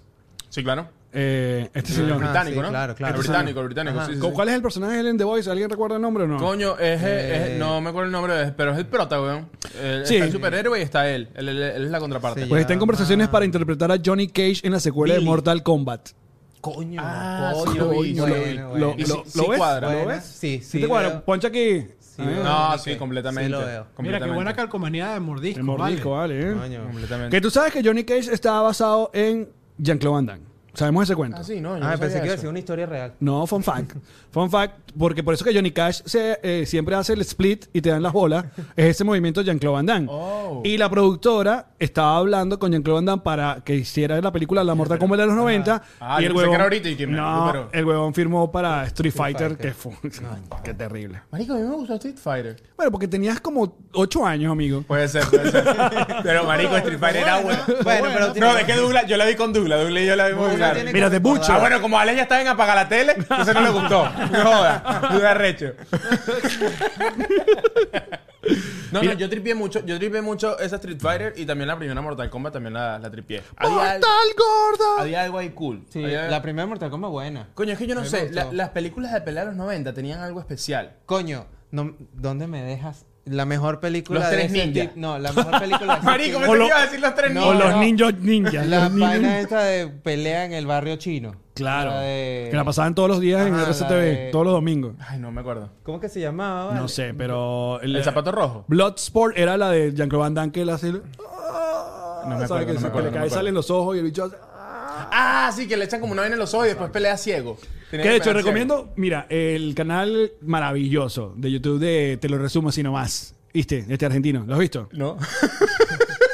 B: sí, claro.
D: eh, este señor.
B: El británico,
C: Ah, sí,
B: ¿no?
C: claro, claro.
B: El británico, el británico,
C: Ajá.
B: sí, sí,
D: ¿Con
B: sí.
D: ¿Cuál es el personaje de Ellen The Voice? ¿Alguien recuerda el nombre o no?
B: Coño, es, es-
C: Eh.
B: no me acuerdo el nombre, de- pero es el prota, weón. El-
D: Sí.
B: Está el superhéroe y está él. Él, él- él es la contraparte.
C: Sí,
D: Pues está en
C: llama-
D: conversaciones para interpretar a Johnny Cage en la secuela de
B: Billy.
D: Mortal Kombat.
C: Coño,
B: Ah, sí,
C: coño,
B: lo vi, sí,
C: bueno,
B: lo vi.
C: bueno.
D: ¿Lo,
B: Y
D: lo-
B: sí-
D: lo
B: sí
D: ves?
B: cuadra.
D: ¿Lo
C: Bueno,
D: ves?
C: sí, sí
D: te cuadra?
C: veo.
D: Este Poncha aquí.
C: Sí,
D: Ah,
C: veo.
B: No,
C: Ah,
B: sí,
C: ok.
B: completamente.
C: Sí lo veo.
E: Mira, qué buena calcomanía de mordisco.
D: el mordisco, vale.
E: vale.
D: ¿eh?
C: Coño.
B: Completamente.
D: Que tú sabes que Johnny Cage está basado en Jean-Claude Van Damme. Sabemos ese cuento.
B: Ah, sí, no, yo
C: Ah,
B: no
C: pensé
B: sabía
C: que iba a
B: eso.
C: ser una historia real.
D: No, fun fact. Fun fact, porque por eso que Johnny Cash se, eh, siempre hace el split y te dan las bolas, es ese movimiento de Jean-Claude Van Damme.
B: Oh.
D: Y la productora estaba hablando con Jean-Claude Van Damme para que hiciera la película La Mortal Kombat de los 90.
B: Ah,
D: y
B: yo pensé
D: el
B: que
D: huevón,
B: era ahorita y que me
D: no,
B: recuperó.
D: el huevón firmó para Street Fighter,
C: Fighter.
D: que fue... qué terrible.
B: Marico, a mí me gustó Street Fighter.
D: Bueno, porque tenías como 8 años, amigo.
B: Puede ser, puede ser. Pero Marico, Street Fighter era bueno.
C: Bueno, pero tiene-
B: No, es que Douglas, yo la vi con Douglas, Douglas y yo la vimos
C: Uno
B: jugar.
C: tiene que
D: Mira, de
C: recordar-
D: Butcher.
B: Ah, bueno, como Alex ya estaba en apagar la tele, entonces no le gustó. No joda, duda arrecho. No, no, yo tripié mucho, yo tripié mucho esa Street Fighter y también la primera Mortal Kombat también la, la tripié. Había, al-
D: ¡Mortal gorda!
B: había algo ahí cool.
C: Sí,
B: Había-
C: la primera Mortal Kombat buena.
B: Coño, es que yo no
C: me
B: sé,
C: gustó.
B: la- las películas de pelea de los 90 tenían algo especial.
C: Coño, no- ¿dónde me dejas? La mejor película
B: Los
C: de
B: tres
C: ese
B: ninja.
C: tipo- No, la mejor película de ese
B: Marico,
C: tipo-
B: pensé
D: lo-
B: que iba a decir los tres
C: No,
D: o los
C: no.
D: ninjas ninjas.
C: La
D: los ninjas
C: vaina esta de pelea en el barrio chino.
D: Claro.
C: La de-
D: Que la pasaban todos los días en
B: Ah,
C: Ajá, la
D: RCTV,
C: de-
D: todos los domingos.
B: Ay, no me acuerdo.
C: ¿Cómo que se llamaba? vale?
D: No sé, pero.
B: ¿El
D: la-
B: zapato rojo?
D: Bloodsport era la de Jean-Claude Van Damme que la hace. No me
B: acuerdo, no me acuerdo,
D: Que le
B: no me
D: cae,
B: acuerdo.
D: salen los ojos y el bicho hace.
B: Ah, sí, que le echan como una vaina en los ojos y después pelea ciego. Tenía
D: Que de hecho
B: pelear
D: recomiendo, mira, el canal maravilloso de YouTube de Te lo resumo así nomás. ¿Viste? Este argentino, ¿lo has visto?
B: ciego. No.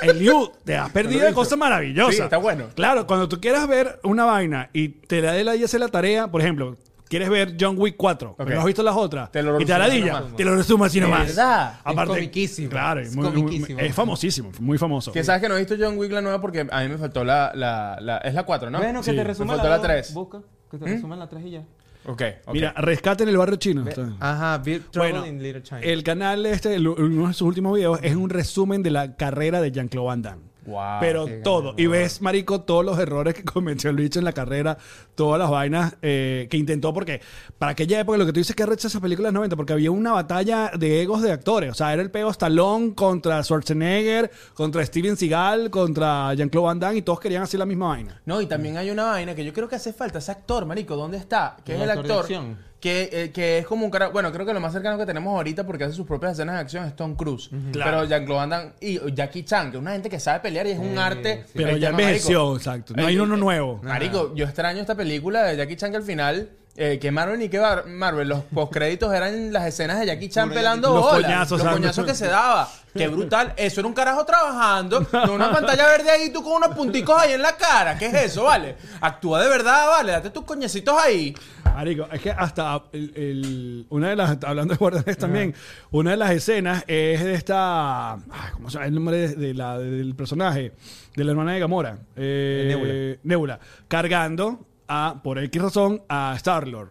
D: El You, te has perdido de cosas maravillosas.
B: Sí, está bueno.
D: Claro, cuando tú quieras ver una vaina y te la de la y hace la tarea, por ejemplo, quieres ver John Wick 4, pero
B: Ok.
D: no has visto las otras,
B: Te lo
D: y te da
B: resumo así
D: ladilla,
B: nomás.
D: te lo resumo así nomás.
B: ¿Verdad? Es
D: Aparte,
C: comiquísimo.
D: Claro,
C: Es
D: muy- muy-
C: comiquísimo.
D: es famosísimo, muy famoso.
B: Que sabes que no he visto John Wick la nueva porque a mí me faltó la. la, la es la 4, ¿no?
C: Bueno, que
D: Sí.
C: te
D: Me
C: resuma
B: faltó la
C: dos,
B: tres.
C: Busca, que te resuman la 3 y ya.
B: Ok, ok.
D: Mira, rescate en el barrio chino. está.
C: Ajá, Big Trouble
D: Bueno,
C: in Little China.
D: el canal este, el- uno de sus últimos videos, es un resumen de la carrera de Jean-Claude Van Damme.
B: Wow,
D: Pero
C: qué
D: todo. Y ves, marico, todos los errores que cometió el bicho en la carrera, todas las vainas eh, que intentó, porque para aquella época, lo que tú dices que rechaza esa película de los 90, porque había una batalla de egos de actores. O sea, era el peo Stallone contra Schwarzenegger, contra Steven Seagal, contra Jean-Claude Van Damme, y todos querían hacer la misma vaina.
B: No, y también hay una vaina que yo creo que hace falta. Ese actor, marico, ¿dónde está? Que es
C: El
B: el
C: actor de
B: actor.
C: acción.
B: Que, eh, que es como un cara. Bueno, creo que lo más cercano que tenemos ahorita porque hace sus propias escenas de acción es Tom Cruise.
D: Claro.
B: Pero Jean-Claude Van Damme y Jackie Chan, que es una gente que sabe pelear y es un arte.
C: sí.
D: Pero
B: el
D: ya
B: tema, marico.
D: envejeció, exacto. No hay
B: Eh,
D: uno
B: eh,
D: nuevo.
B: Marico, yo extraño esta película de Jackie Chan que al final, eh, que Marvel y que Bar- Marvel, los postcréditos eran las escenas de Jackie Chan pelando
D: Los
B: bolas.
D: coñazos,
B: los
D: Sandro.
B: coñazos que se daba. Qué brutal. Eso era un carajo trabajando con una pantalla verde ahí, tú con unos punticos ahí en la cara. ¿Qué es eso, vale? Actúa de verdad, vale. Date tus coñecitos ahí.
D: Marico, es que hasta el- el- una de las, hablando de guardianes también, una de las escenas es de esta, ay, ¿cómo se llama el nombre de, de la, del personaje? De la hermana de Gamora. Eh, Nebula. Cargando a, por X razón, a Star-Lord.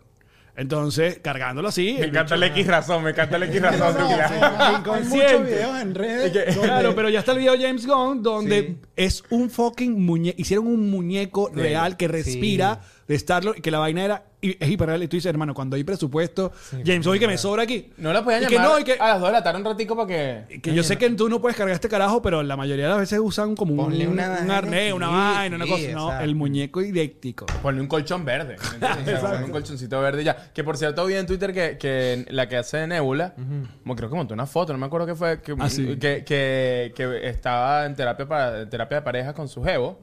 D: Entonces, cargándolo así. el bicho-
B: X razón, me encanta el X razón.
D: Inconsciente.
E: Hay muchos videos en redes. donde-
D: Claro, pero ya está el video de James Gunn donde es un fucking muñeco. Hicieron un muñeco real que respira de Star-Lord y que la vaina era hi- es hiperreal. Y tú dices, hermano, cuando hay presupuesto, James, oye, que me sobra aquí.
B: No la podían
D: Y
B: llamar
D: que no, y que,
B: a las 2 de la tarde un ratico para que...
D: que yo sé que tú no puedes cargar este carajo, pero la mayoría de las veces usan como un,
C: Ponle
D: un
C: una vaina
D: arnés, una
C: aquí,
D: vaina, una
C: sí,
D: cosa. No,
C: o sea.
D: el muñeco idéntico.
B: Ponle un colchón verde. ¿me entiendes? O sea, ponle un colchoncito verde y ya. Que por cierto, vi en Twitter que, que la que hace de Nebula, mo- creo que montó una foto, no me acuerdo qué fue, que,
D: Ah, sí.
B: que, que- que estaba en terapia, para, terapia de pareja con su jevo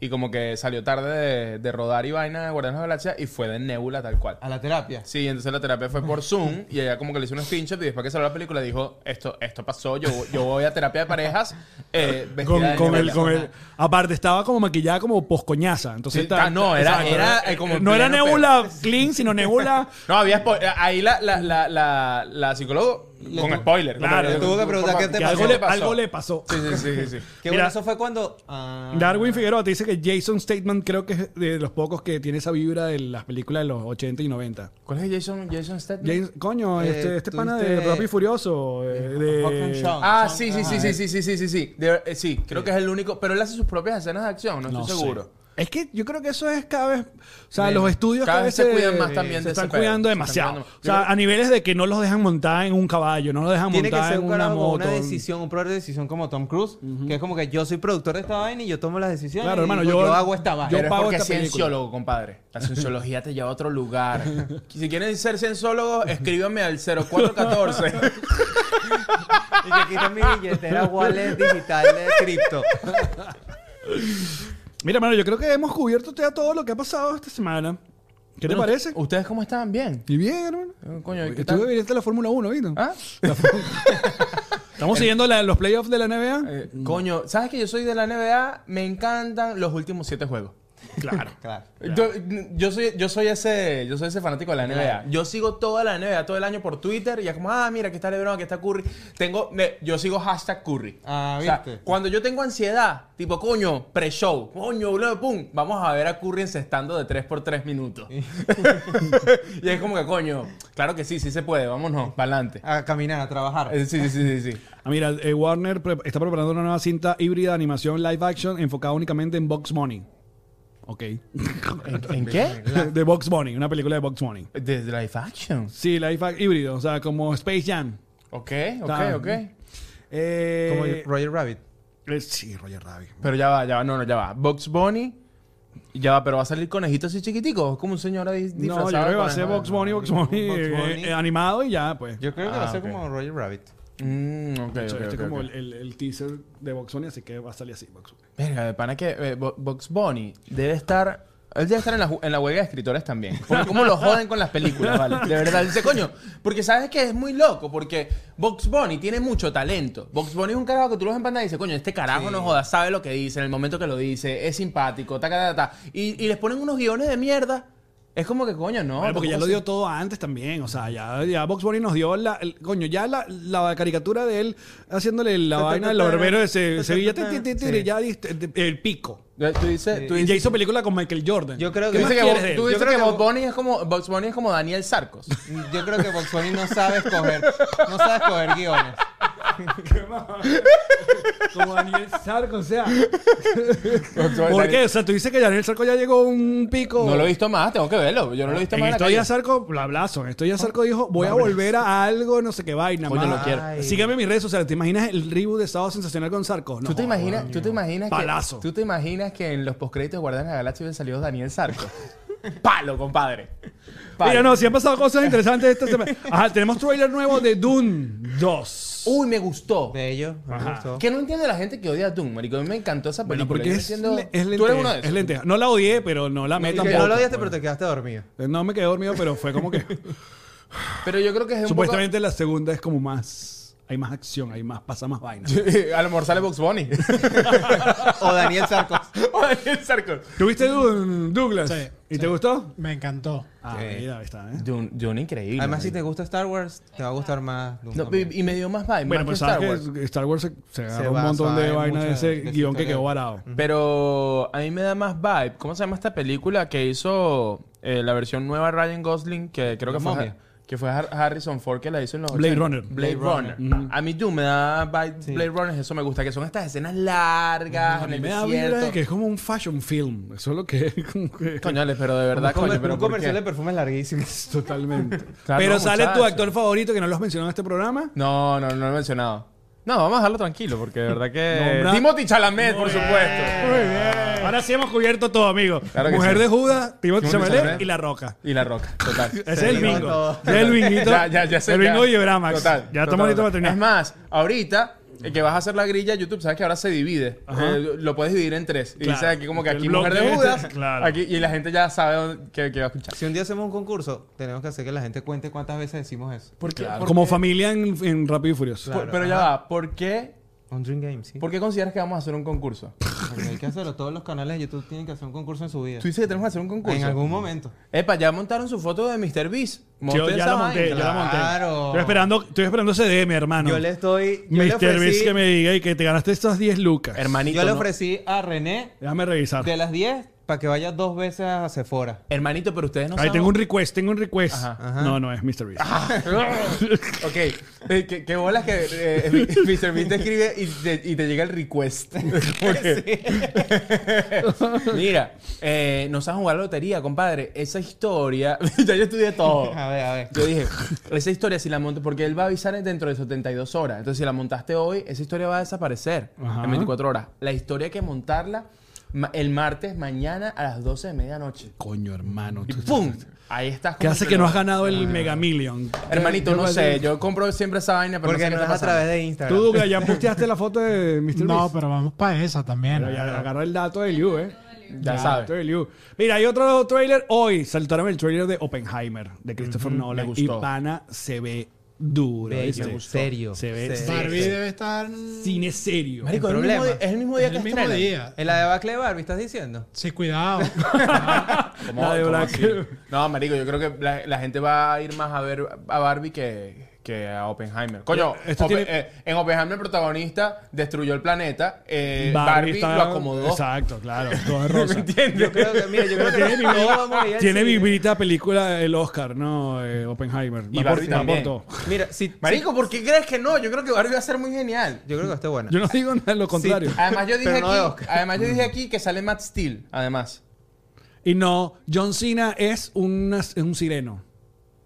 B: y como que salió tarde de, de rodar y vaina de Guardianes de la Galaxia y fue de Nebula tal cual.
D: Ah.
C: A la terapia.
B: Sí, entonces la terapia fue por Zoom y ella como que le hizo unos screenshots y después que salió la película dijo, esto, esto pasó, yo, yo voy a terapia de parejas eh, vestida
D: Con,
B: de
D: con el,
B: Nebula".
D: con el- Aparte, estaba como maquillada como poscoñaza. Entonces,
B: Sí, ah, no, era-
D: exacto.
B: era, eh, como
D: no era
B: pleno
D: nebula clean, sino nebula.
B: No, había spoiler. Ahí la, la, la, la, la psicóloga con spoiler.
D: Claro,
B: Con-
D: le
C: tuvo que
B: con-
C: preguntar
B: con-
C: qué te
D: que
B: que
C: pasó.
D: algo, le, algo le pasó.
B: Sí, sí, sí, sí, sí.
C: Qué
D: Mira.
C: bueno, eso fue cuando... Ah,
D: Darwin Figueroa te dice que Jason Statham creo que es de los pocos que tiene esa vibra de las películas de los 80 y 90.
B: ¿Cuál es Jason, Jason Statham?
D: James- coño,
C: Eh,
D: este, este
C: tú
D: pana de
C: viste-
D: Rápido y Furioso. eh,
C: Hobbs and
D: de...
C: Shaw.
B: Ah,
C: Son-
B: sí, sí,
C: ajá,
B: sí, sí, sí, sí, sí, sí. De- eh, sí, creo que es el único. Pero él hace sus propias escenas de acción, no,
D: No
B: estoy
D: sé.
B: seguro.
D: Es que yo creo que eso es cada vez. O sea,
B: Menos.
D: los estudios
B: Cada vez se cuidan más
D: eh,
B: también
D: Se
B: de
D: están
B: ese pedo.
D: cuidando
B: Se están
D: demasiado.
B: cuidando-
D: O sea, a niveles de que no los dejan montar en un caballo, no los dejan
C: Tiene que
D: montar
C: ser
D: en
C: un
D: una
C: carajo con
D: moto.
C: una decisión, un proveedor de decisión como Tom Cruise, que es como que yo soy productor de esta vaina y yo tomo las decisiones.
D: Claro,
C: y
D: hermano,
C: digo,
D: yo-
C: hago esta
D: Yo
C: vaina.
B: Pero es
D: pago
B: porque es
D: esta película.
B: cienciólogo, compadre. La cienciología te lleva a otro lugar. Si quieren ser cienciólogos, escríbanme al 0414.
C: Y que quita mi billetera wallet digital de cripto.
D: Mira, hermano, yo creo que hemos cubierto ya todo lo que ha pasado esta semana. ¿Qué te parece?
B: ¿Ustedes cómo estaban? ¿Bien?
D: Y bien, hermano.
B: Eh, Coño, ¿qué
D: Estuve
B: tal?
D: viviendo la Fórmula 1, ¿viste?
B: ¿Ah?
D: Estamos siguiendo la- los playoffs de la NBA.
B: Eh, coño, ¿sabes que yo soy de la NBA? Me encantan los últimos siete juegos.
D: Claro.
C: Claro.
B: Yo, yo soy, yo soy ese, yo soy ese fanático de la NBA. Yo sigo toda la NBA todo el año por Twitter y es como, ah, mira, aquí está LeBron, aquí está Curry. Tengo, me- yo sigo hashtag Curry.
C: Ah,
B: O sea,
C: ¿viste?
B: cuando yo tengo ansiedad, tipo, coño, pre-show, coño, boludo, pum, vamos a ver a Curry encestando de 3 por 3 minutos. y es como que, coño, claro que sí, sí se puede, vámonos, para adelante.
C: A caminar, a trabajar.
B: Sí, sí, sí, sí, sí.
D: Ah, mira, eh, Warner pre- está preparando una nueva cinta híbrida de animación live action enfocada únicamente en Box Money. Ok.
B: ¿En, en qué?
D: de Box Money, una película de Box Money.
B: De live action.
D: Sí, live action híbrido, o sea, como Space Jam.
B: Ok, ok,
D: Está-
B: ok.
D: Eh,
C: Como Roger Rabbit.
D: eh, sí, Roger Rabbit.
B: Pero ya va, ya va, no, no, ya va. Box Bunny, ya va, pero va a salir conejito así chiquitico, como un señor ahí disfrazado.
D: No, yo creo que va a
B: de
D: ser
B: conejo.
D: Box Money, Box Money,
C: Bugs
D: eh,
C: Bunny.
D: eh, animado y ya, pues.
C: Yo creo que va a
B: Ah,
C: ser
B: ok.
C: como Roger Rabbit.
B: Mm, ok,
D: O sea,
B: ok,
D: este
B: ok,
D: es como
B: ok.
D: el- El, el teaser de Box Bunny, así que va a salir así, Box Bunny.
B: Verga, de pana que eh, Bo- Box Bunny debe estar... Él debe estar en la, ju- en la huelga de escritores también. Porque cómo lo joden con las películas, ¿vale? De verdad. Dice, coño, porque sabes que es muy loco, porque Box Bunny tiene mucho talento. Box Bunny es un carajo que tú lo ves en pantalla y dices, coño, este carajo no joda, sabe lo que dice, en el momento que lo dice, es simpático, ta, ta, ta, ta. Y, y les ponen unos guiones de mierda. Es como que, coño, no.
D: Bueno, porque ya
B: tampoco
D: lo
B: se-
D: dio todo antes también, o sea, ya, ya Box Bunny nos dio la, el- coño, ya la, la caricatura de él haciéndole la vaina del barbero de Se- Sevilla, ti, ti, ti, ti,
C: Sí.
D: ya diste- te- el pico.
B: Ya, Tú dices, tú
D: Y
B: dices,
D: ya hizo película con Michael Jordan.
C: Yo creo
B: tú
D: ¿Qué
C: que-
D: más
B: dices que,
D: quieres
B: Bo-
D: de él?
B: tú
C: Yo
B: dices
C: creo
B: que
C: que
B: Bob
C: Bo-
B: Bunny es como Box Bunny es como Daniel Sarcos.
C: Yo creo que Box Bunny no sabe escoger, no sabe escoger guiones.
D: Como Daniel Sarco, o sea. ¿Por
B: Daniel-
D: qué? O sea, tú dices que Daniel Sarco ya llegó a un pico.
B: No lo he visto más, tengo que verlo. Yo no lo he visto
D: En
B: más. en la
D: esto ya
B: calle.
D: Sarco, bla, blazo. En esto ya Sarco dijo, voy a volver a algo, no sé qué vaina.
B: Coño,
D: más.
B: lo quiero.
D: Ay. Sígueme en mis redes sociales. ¿Te imaginas el reboot de Sábado Sensacional con Sarco?
B: ¿Tú te imaginas, tú te imaginas
D: Palazo.
B: que tú te imaginas que en los postcréditos de Guardianes de la Galaxia hubiera salido Daniel Sarcos? Palo, compadre. Palo.
D: Mira, no, si han pasado cosas interesantes esta semana. Ajá, tenemos trailer nuevo de Dune 2.
B: Uy, me gustó.
C: Bello, me gustó.
B: Que no entiende la gente que odia a Doom, marico. A mí me encantó esa película.
D: Bueno, porque
B: Yo no
D: es,
B: entiendo-
D: le- es
B: Tú eres
D: lenteja,
B: uno de esos.
D: es lenteja. No la odié, pero no la meto
C: Y que
D: tampoco.
C: no lo odiaste, pero te quedaste dormido.
D: No me quedé dormido, pero fue como que...
B: Pero yo creo que es un poco-
D: Supuestamente la segunda es como más... Hay más acción, hay más... Pasa más vaina.
B: a lo mejor sale Box Bunny.
C: O Daniel Sarcos.
B: o Daniel Sarcos.
D: ¿Tuviste Dune, Douglas?
E: Sí,
D: ¿Y te gustó?
E: Me encantó.
D: Ah,
C: Sí.
D: mira, ahí está, ¿eh?
B: Dune, Dune increíble.
C: Además, si
B: marico.
C: te gusta Star Wars, te va a gustar más. Doom
B: No,
C: también.
B: y, y me dio más vibe. más
D: Bueno, pues
B: que Star
D: sabes
B: Wars.
D: que Star Wars se, se agarró un
C: basa
D: montón de
C: en
D: vaina de
C: muchas-
D: ese
C: de esa
D: guión que
C: historia.
D: quedó varado.
B: Pero a mí me da más vibe. ¿Cómo se llama esta película que hizo eh, la versión nueva Ryan Gosling? Que creo
C: La
B: que fue,
C: momia.
B: que fue Har- Harrison Ford que la hizo en los
D: Blade
B: 80.
D: Runner.
B: Blade,
C: Blade
B: Runner. A mí Doom me da vibe Blade Runner. Eso me gusta. Que son estas escenas largas
D: A
B: en
D: mí
B: el
D: me da vibra de
B: desierto.
D: que es como un fashion film. Eso es lo que es. como que-
B: Coñales, pero de verdad,
C: Come-
B: coño. Pero
C: un
B: ¿por qué?
C: comercial de perfumes larguísimo.
D: Totalmente.
B: Claro,
D: Pero sale tu
B: muchacho.
D: actor favorito que no lo has mencionado en este programa.
B: No, no, no lo he mencionado. No, vamos a dejarlo tranquilo porque de verdad que...
D: Nombra-
B: Timothy Chalamet, por supuesto.
D: Ahora sí hemos cubierto todo, amigo.
B: Claro que
D: Mujer
B: sí.
D: de Judas, Timothy
B: Timothy
D: Chalamet
B: Chalamet.
D: y La Roca.
B: Y La Roca, total.
D: Ese es
B: Sí,
D: el
B: no,
D: bingo.
C: todo.
D: Ese es el binguito.
B: Ya, ya, ya sé.
D: El bingo
B: ya.
D: y Bramax.
B: Total,
D: ya
B: total,
D: estamos listos para
B: total.
D: terminar.
B: Es más, ahorita eh, que vas a hacer la grilla, YouTube, sabes que ahora se divide.
D: Ajá.
B: Eh, lo puedes dividir en tres. Y
D: Claro.
B: dice aquí como que
D: El
B: aquí
D: bloque.
B: mujer de Judas.
D: Claro.
B: aquí, y la gente ya sabe dónde- que, que va a escuchar.
C: Si un día hacemos un concurso, tenemos que hacer que la gente cuente cuántas veces decimos eso.
B: Claro.
D: Como familia en, en Rápido y Furioso.
B: Por- pero ya va, ¿por qué,
C: Un Dream Game, sí.
B: ¿por qué consideras que vamos a hacer un concurso?
C: Porque Hay que hacerlo. Todos los canales de YouTube tienen que hacer un concurso en su vida.
B: Tú dices que tenemos que hacer un concurso.
C: En algún momento.
B: Epa, ya montaron su foto de Mr. Beast.
D: Sí, Yo
B: Monten
D: ya
B: esa
D: la monté,
B: vaina.
D: yo la monté.
C: Claro.
D: Estoy esperando, estoy esperando ese DM, hermano.
C: Yo le estoy. Yo le
D: Mr. Beast
C: ofrecí,
D: que me diga y que te ganaste estas 10 lucas.
B: Hermanito.
C: yo le
B: ¿no?
C: ofrecí a René
D: Déjame revisar.
C: de las 10 para que vaya dos veces a Sephora.
B: Hermanito, pero ustedes no
D: Ahí
B: saben.
D: tengo un request, tengo un request.
C: ajá.
D: No, no, es Mr. Beast.
B: Ah, Ok, eh, que, que bolas que eh, Mr. Bean te escribe y te, y te llega el request. Mira, eh, no sabes jugar a la lotería, compadre. Esa historia, ya yo estudié todo.
C: A ver, a ver.
B: Yo dije, esa historia si la monto, porque él va a avisar dentro de 72 horas. Entonces, si la montaste hoy, esa historia va a desaparecer
D: Ajá.
B: en 24 horas. La historia hay que montarla ma- el martes mañana a las 12 de medianoche.
D: Coño, hermano.
B: Y
D: tú-
B: ¡Pum! Ahí estás.
D: ¿Qué
B: como
D: hace
B: un
D: que no has
B: reloj.
D: ganado el Mega Million?
B: Hermanito,
D: Yo-
B: no
D: yo-
B: sé. Ah. Yo compro siempre esa vaina, pero
C: Porque
B: no
C: no
B: sé
C: es
B: qué
C: a
B: está
C: través
B: pasando.
C: de
D: Tú,
C: Instagram.
D: Douglas, ya posteaste la foto de Mr.
E: No,
D: Beast.
E: pero vamos para esa también.
D: Pero ya agarra el dato de Liu, ¿eh?
B: Ya sabes.
D: dato de Liu. Mira, hay otro trailer hoy. Saltaron el trailer de Oppenheimer, de Christopher Nolan.
B: me gustó.
D: Y pana se ve duro.
C: Bello,
D: ¿viste?
C: serio.
D: Se ve
C: Serio.
E: Barbie
D: serio.
E: debe estar.
D: Cine serio.
B: Marico,
C: Sin
B: es el, mismo día,
C: problema.
B: es el mismo día
E: Es
B: que
E: el mismo
B: estrenan.
E: día.
C: En la debacle de Barbie, ¿estás diciendo?
E: Sí, cuidado.
B: ¿Cómo-
D: La de
B: cómo
D: Black-
B: así? No, marico, yo creo que la, la gente va a ir más a ver a Barbie que, que a Oppenheimer. Coño,
D: Esto
B: Oppen-
D: tiene-
B: eh, en Oppenheimer el protagonista destruyó el planeta. eh, Barbie,
D: está-
B: lo acomodó.
D: Exacto, claro. Todo es rosa.
B: ¿Entiendes?
C: Yo creo que, mira, yo creo que todos vamos a ir al
D: Tiene
C: cine.
D: vibrita película el Oscar, ¿no? Eh, Oppenheimer.
B: Y Barbie
D: Va por- va por
B: también.
D: todo.
C: Mira, si, si-
B: Marico, ¿por qué crees que no? Yo creo que Barbie va a ser muy genial.
C: yo creo que está buena.
D: Yo no digo nada, lo contrario.
C: Ah.
B: Además yo dije
C: Pero no de
B: aquí,
C: Oscar.
B: además yo dije aquí que sale Matt Steele, además
D: Y no, John Cena es, una- es un sireno.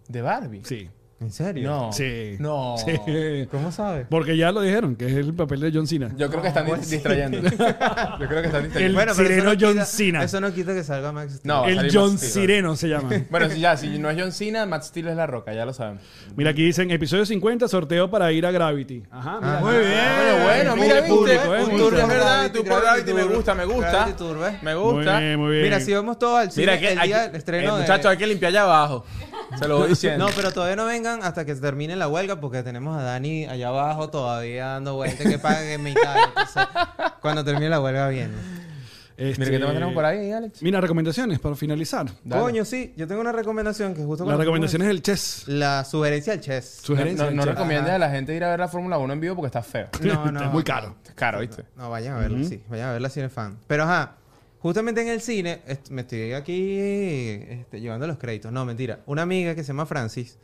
B: de Barbie.
D: Sí.
C: ¿En serio?
B: No.
D: Sí.
B: No.
D: Sí.
C: ¿Cómo sabes?
D: Porque ya lo dijeron, que es el papel de John Cena.
B: Yo creo que
C: Ah,
B: están dis- distrayendo. Yo creo que están distrayendo.
D: El
C: pero
D: sireno
C: eso no
D: John
C: quita-
D: Cena.
C: Eso no quita que salga Max Steel.
B: No. va a
D: el
B: salir
D: John
B: Matt Steel.
D: Sireno se llama.
B: Bueno, si ya, si no es John Cena, Matt Steele es la roca, ya lo saben.
D: Mira, aquí dicen episodio 50, sorteo para ir a Gravity. Ajá, mira.
C: Ah, Muy
B: Ah, Bueno, bueno,
D: el
B: mira, viste.
D: público, eh,
B: un
D: el
B: tour es
D: público.
B: verdad,
C: Gravity,
B: tú por Gravity,
C: Gravity
B: me
C: Tour.
B: gusta, me gusta.
C: Gravity Tour, ¿ves?
B: Me
D: Muy
B: gusta.
D: bien, muy bien.
C: eh. Mira, si vamos todos al cine
B: Mira, que
C: el
B: hay,
C: día del estreno
B: eh,
C: de-
B: muchachos, hay que limpiar allá abajo. Se lo voy diciendo.
C: No, pero todavía no vengan hasta que termine la huelga porque tenemos a Dani allá abajo todavía dando vueltas que pagan en mitad. Entonces, cuando termine la huelga viene.
D: Este,
B: Mira, ¿qué tema tenemos por ahí, Alex?
D: Mira, recomendaciones para finalizar.
B: Dale.
C: Coño, sí, yo tengo una recomendación que justo
D: Las
C: cuando-
D: recomendaciones del chess.
C: La sugerencia al chess.
D: Sugerencias
B: No,
D: del
B: no
D: chess.
B: recomiendes a la gente ir a ver la Fórmula 1 en vivo porque está feo.
C: No, no.
D: es muy caro.
B: Es caro, ¿viste?
C: No, vayan a verla, sí. Vayan a verla si eres fan. Pero ajá, justamente en el cine, est- me estoy aquí este, llevando los créditos. No, mentira. Una amiga que se llama Francis,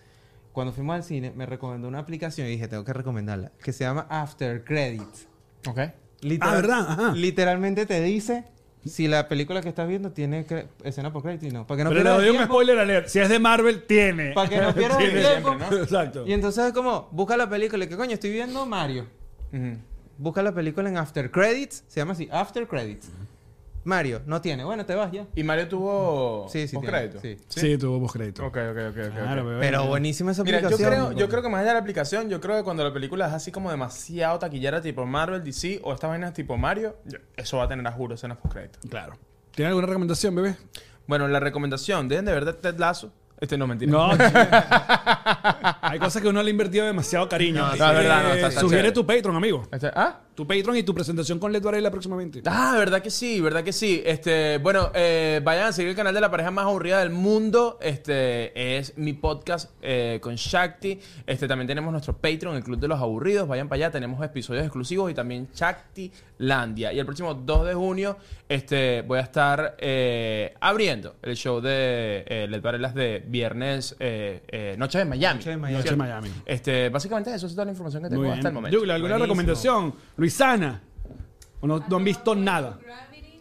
C: cuando fuimos al cine, me recomendó una aplicación y dije, tengo que recomendarla, que se llama After Credits.
B: Ok.
C: Literal-
D: Ah, ¿verdad? Ajá.
C: Literalmente te dice si la película que estás viendo tiene cre- escena por crédito y no. Para que no
D: Pero le
C: pierdas
D: doy
C: el
D: un
C: tiempo.
D: spoiler alert. Si es de Marvel, tiene.
C: Para que no pierdas el
D: Tiene.
C: tiempo.
B: Siempre,
D: Exacto.
C: Y entonces es como, busca la película. ¿Qué coño? Estoy viendo Mario.
B: Ujú.
C: Busca la película en After Credits. Se llama así, After Credits. Mario, no tiene. Bueno, te vas ya.
B: ¿Y Mario tuvo
C: Sí, sí,
B: post
C: tiene,
B: crédito?
C: sí.
D: Sí, tuvo post crédito.
B: Ok, ok, ok. ok, ok.
C: Pero buenísima esa
B: Mira, yo
C: aplicación.
B: creo, yo creo que más allá de la aplicación, yo creo que cuando la película es así como demasiado taquillera, tipo Marvel, DC o estas vainas tipo Mario, eso va a tener a juro escenas post crédito.
D: Claro. ¿Tiene alguna recomendación, bebé?
B: Bueno, la recomendación, dejen de ver de Ted Lasso. Este no mentira.
D: No. Hay cosas que uno le ha invertido demasiado cariño. Eh,
B: no, es verdad, no, está- está
D: Sugiere
B: chévere.
D: tu Patreon, amigo.
B: Este- ¿Ah?
D: Tu Patreon y tu presentación con Led Varela próximamente.
B: Ah, verdad que sí, verdad que sí. Este, bueno, eh, vayan a seguir el canal de la pareja más aburrida del mundo. Este es mi podcast eh, con Shakti. Este también tenemos nuestro Patreon, el Club de los Aburridos. Vayan para allá, tenemos episodios exclusivos y también Shakti Landia. Y el próximo 2 de junio, este, voy a estar eh, abriendo el show de eh, Led Varelas de viernes eh, eh, Noche de Miami.
C: Noche de Miami.
D: Noche en Miami.
B: Este, básicamente eso es toda la información que
D: Muy
B: tengo
D: bien.
B: hasta el momento.
D: Douglas, ¿alguna
C: Buenísimo.
D: recomendación? Luisana. ¿O no, no han visto nada?
F: Gravity,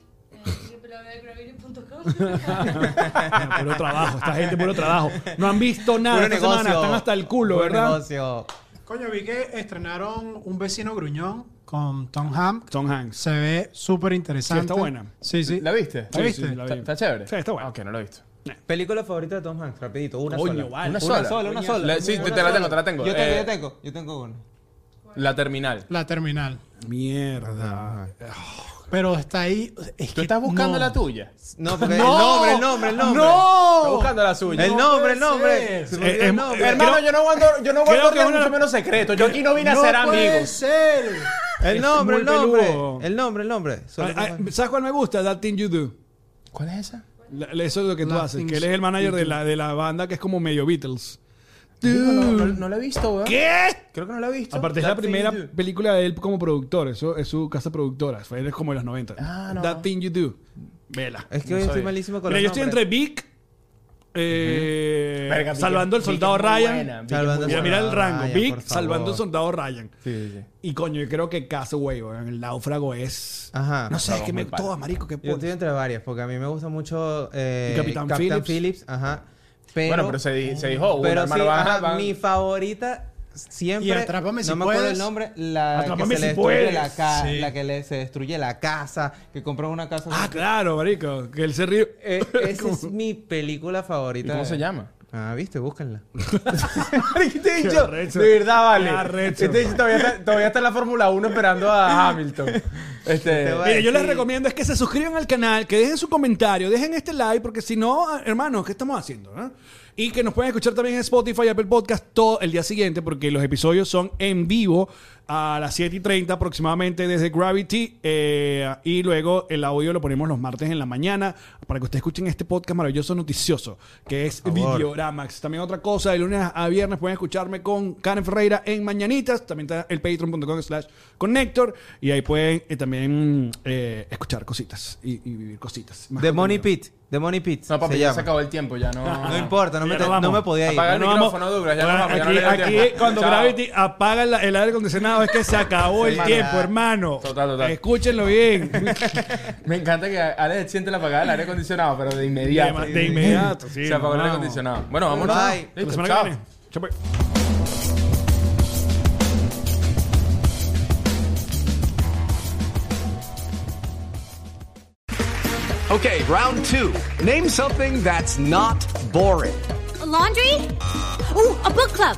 F: eh, www.gravity.com.
D: Bueno, puro trabajo, esta gente puro trabajo. No han visto nada
C: Puro
D: esta
C: negocio.
D: semana, están hasta el culo,
C: Puro
D: ¿verdad?
C: negocio.
E: Coño, vi que estrenaron Un vecino gruñón con Tom Hanks.
D: Tom Hanks.
E: Se ve súper interesante.
D: Sí, está buena.
E: Sí, sí.
B: ¿La viste?
E: ¿La viste?
D: la
B: ¿Está,
D: vi.
B: está chévere?
D: Sí, está bueno.
B: Ah, Ok, no lo he visto.
C: Película favorita de Tom Hanks, rapidito, una
D: Coño,
C: sola. Una,
D: vale.
B: Una
C: sola,
B: sola.
C: una sola.
B: La- sí,
C: Una
B: te la
C: sola.
B: tengo, te la tengo.
C: Yo tengo,
B: Eh,
C: yo tengo, yo tengo una.
B: La terminal.
E: La terminal.
D: Mierda.
E: Pero está ahí. Es
B: ¿Tú
E: que
B: estás buscando
E: no.
B: la tuya?
C: No, porque el nombre, el nombre, el nombre.
D: ¡Oh!
B: Estás buscando la suya.
C: El nombre, el nombre.
E: ser.
C: Se me olvidó
D: Eh,
C: el
D: eh,
C: nombre.
B: Hermano, yo no guardo, yo no guardo
D: creo que
B: real,
D: una-
B: mucho menos secreto. Yo aquí no vine a ser amigos.
E: ser!
C: El
D: Es
C: nombre,
D: muy
C: el nombre.
D: peludo.
C: El nombre, el nombre. Solo
D: Ah,
C: Tom
D: ah,
C: Hanks.
D: ¿Sabes cuál me gusta? That Thing You Do.
B: ¿Cuál es esa?
D: La- Eso es lo que tú
E: That
D: haces, que
E: Things
D: él es el manager de la, de la banda que es como medio Beatles.
B: No, no, no la he visto, weón.
D: ¿Qué?
B: Creo que no la he visto.
D: Aparte es la
B: That thing
D: primera eh,
B: you do.
D: película de él como productor, eso es su casa productora, fue él es como de los 90.
B: Ah, no.
D: That Thing You Do. Vela.
C: Es que hoy estoy
B: sabía.
C: malísimo con
D: Mira, yo
C: los
D: estoy entre
C: nombres.
D: Vic, eh,
B: Verga, Vic
D: Salvando al
B: es- Vic
D: Soldado
B: es muy
D: Ryan.
B: buena, Vic es
C: Salvando
B: muy
D: Mira,
C: al
D: mira el
C: Soldado
D: rango.
C: Ryan,
D: Vic,
C: por favor.
D: Salvando al Soldado Ryan.
C: Sí, sí, sí.
D: Y coño, yo creo que Castaway, weón. El náufrago es.
C: Ajá.
D: No sé, es
B: Náufrago
D: que me
B: muy padre.
D: toda, marico, que
C: Yo estoy entre varias, porque a mí me gusta mucho eh,
D: Y Capitán
C: Capitán,
D: Phillips.
C: Phillips. Ajá. Pero,
B: bueno, pero se, di- se dijo una,
C: pero sí,
B: hermano, van-
C: ajá,
B: van-
C: mi favorita siempre.
E: Y Atrápame si
C: no me acuerdo
E: puedes.
C: el nombre. La que
D: Atrápame
C: se le
D: si
C: destruye
D: puedes.
C: la casa.
E: Sí.
C: La que le, se destruye la casa. Que compra una casa.
D: Ah, claro, marico. Que él se ríe.
C: Eh, esa es mi película
B: ¿Y
C: favorita.
B: cómo se llama?
C: Ah, viste, búsquenla.
B: ¿Qué te he
D: Qué
B: dicho?
D: arrecho.
B: De verdad, vale.
D: Qué arrecho.
B: Este dicho, todavía, está, todavía está en la Fórmula 1 esperando a Hamilton. Este,
C: Este va-
D: Mire, yo les
C: Sí.
D: recomiendo es que se suscriban al canal, que dejen su comentario, dejen este like, porque si no, ah, hermanos, ¿qué estamos haciendo? eh? Y que nos pueden escuchar también en Spotify, Apple Podcast, todo el día siguiente, porque los episodios son en vivo a las 7 y 30 aproximadamente desde Gravity. eh, y luego el audio lo ponemos los martes en la mañana para que ustedes escuchen este podcast maravilloso, noticioso, que es
C: favor.
D: Videoramax. También otra cosa, de lunes a viernes pueden escucharme con Karen Ferreira en Mañanitas. También está el patreon.com slash connector. Y ahí pueden eh, también eh, escuchar cositas y, y vivir cositas. Más
C: The Money
D: contenido.
C: Pit. The Money Pit.
B: no, papi,
C: se
B: ya
C: llama.
B: se acabó el tiempo, ya no.
C: No importa, no
D: Ya
C: me,
D: nos
C: te-
D: vamos.
C: no me podía ir.
B: Apaga el
D: Bueno,
B: micrófono, Douglas, ya nos vamos, ya no
D: aquí,
B: le dio
D: aquí
B: tiempo.
D: cuando
B: Chao.
D: Gravity apaga la- el aire acondicionado es que se acabó el
C: Sí,
D: tiempo,
C: ya.
D: hermano.
B: Total, total.
D: Escúchenlo bien.
B: Me encanta que Alex siente la apagada del aire acondicionado, pero de inmediato.
D: de, de inmediato. sí,
B: se apagó el aire
D: no.
B: acondicionado. Bueno, vámonos.
C: Bye.
D: Hasta La
B: Listo,
D: semana que
B: chao.
D: viene. Chao, pues.
F: Okay, round two. Name something that's not boring.
G: A laundry? Ooh, a book club.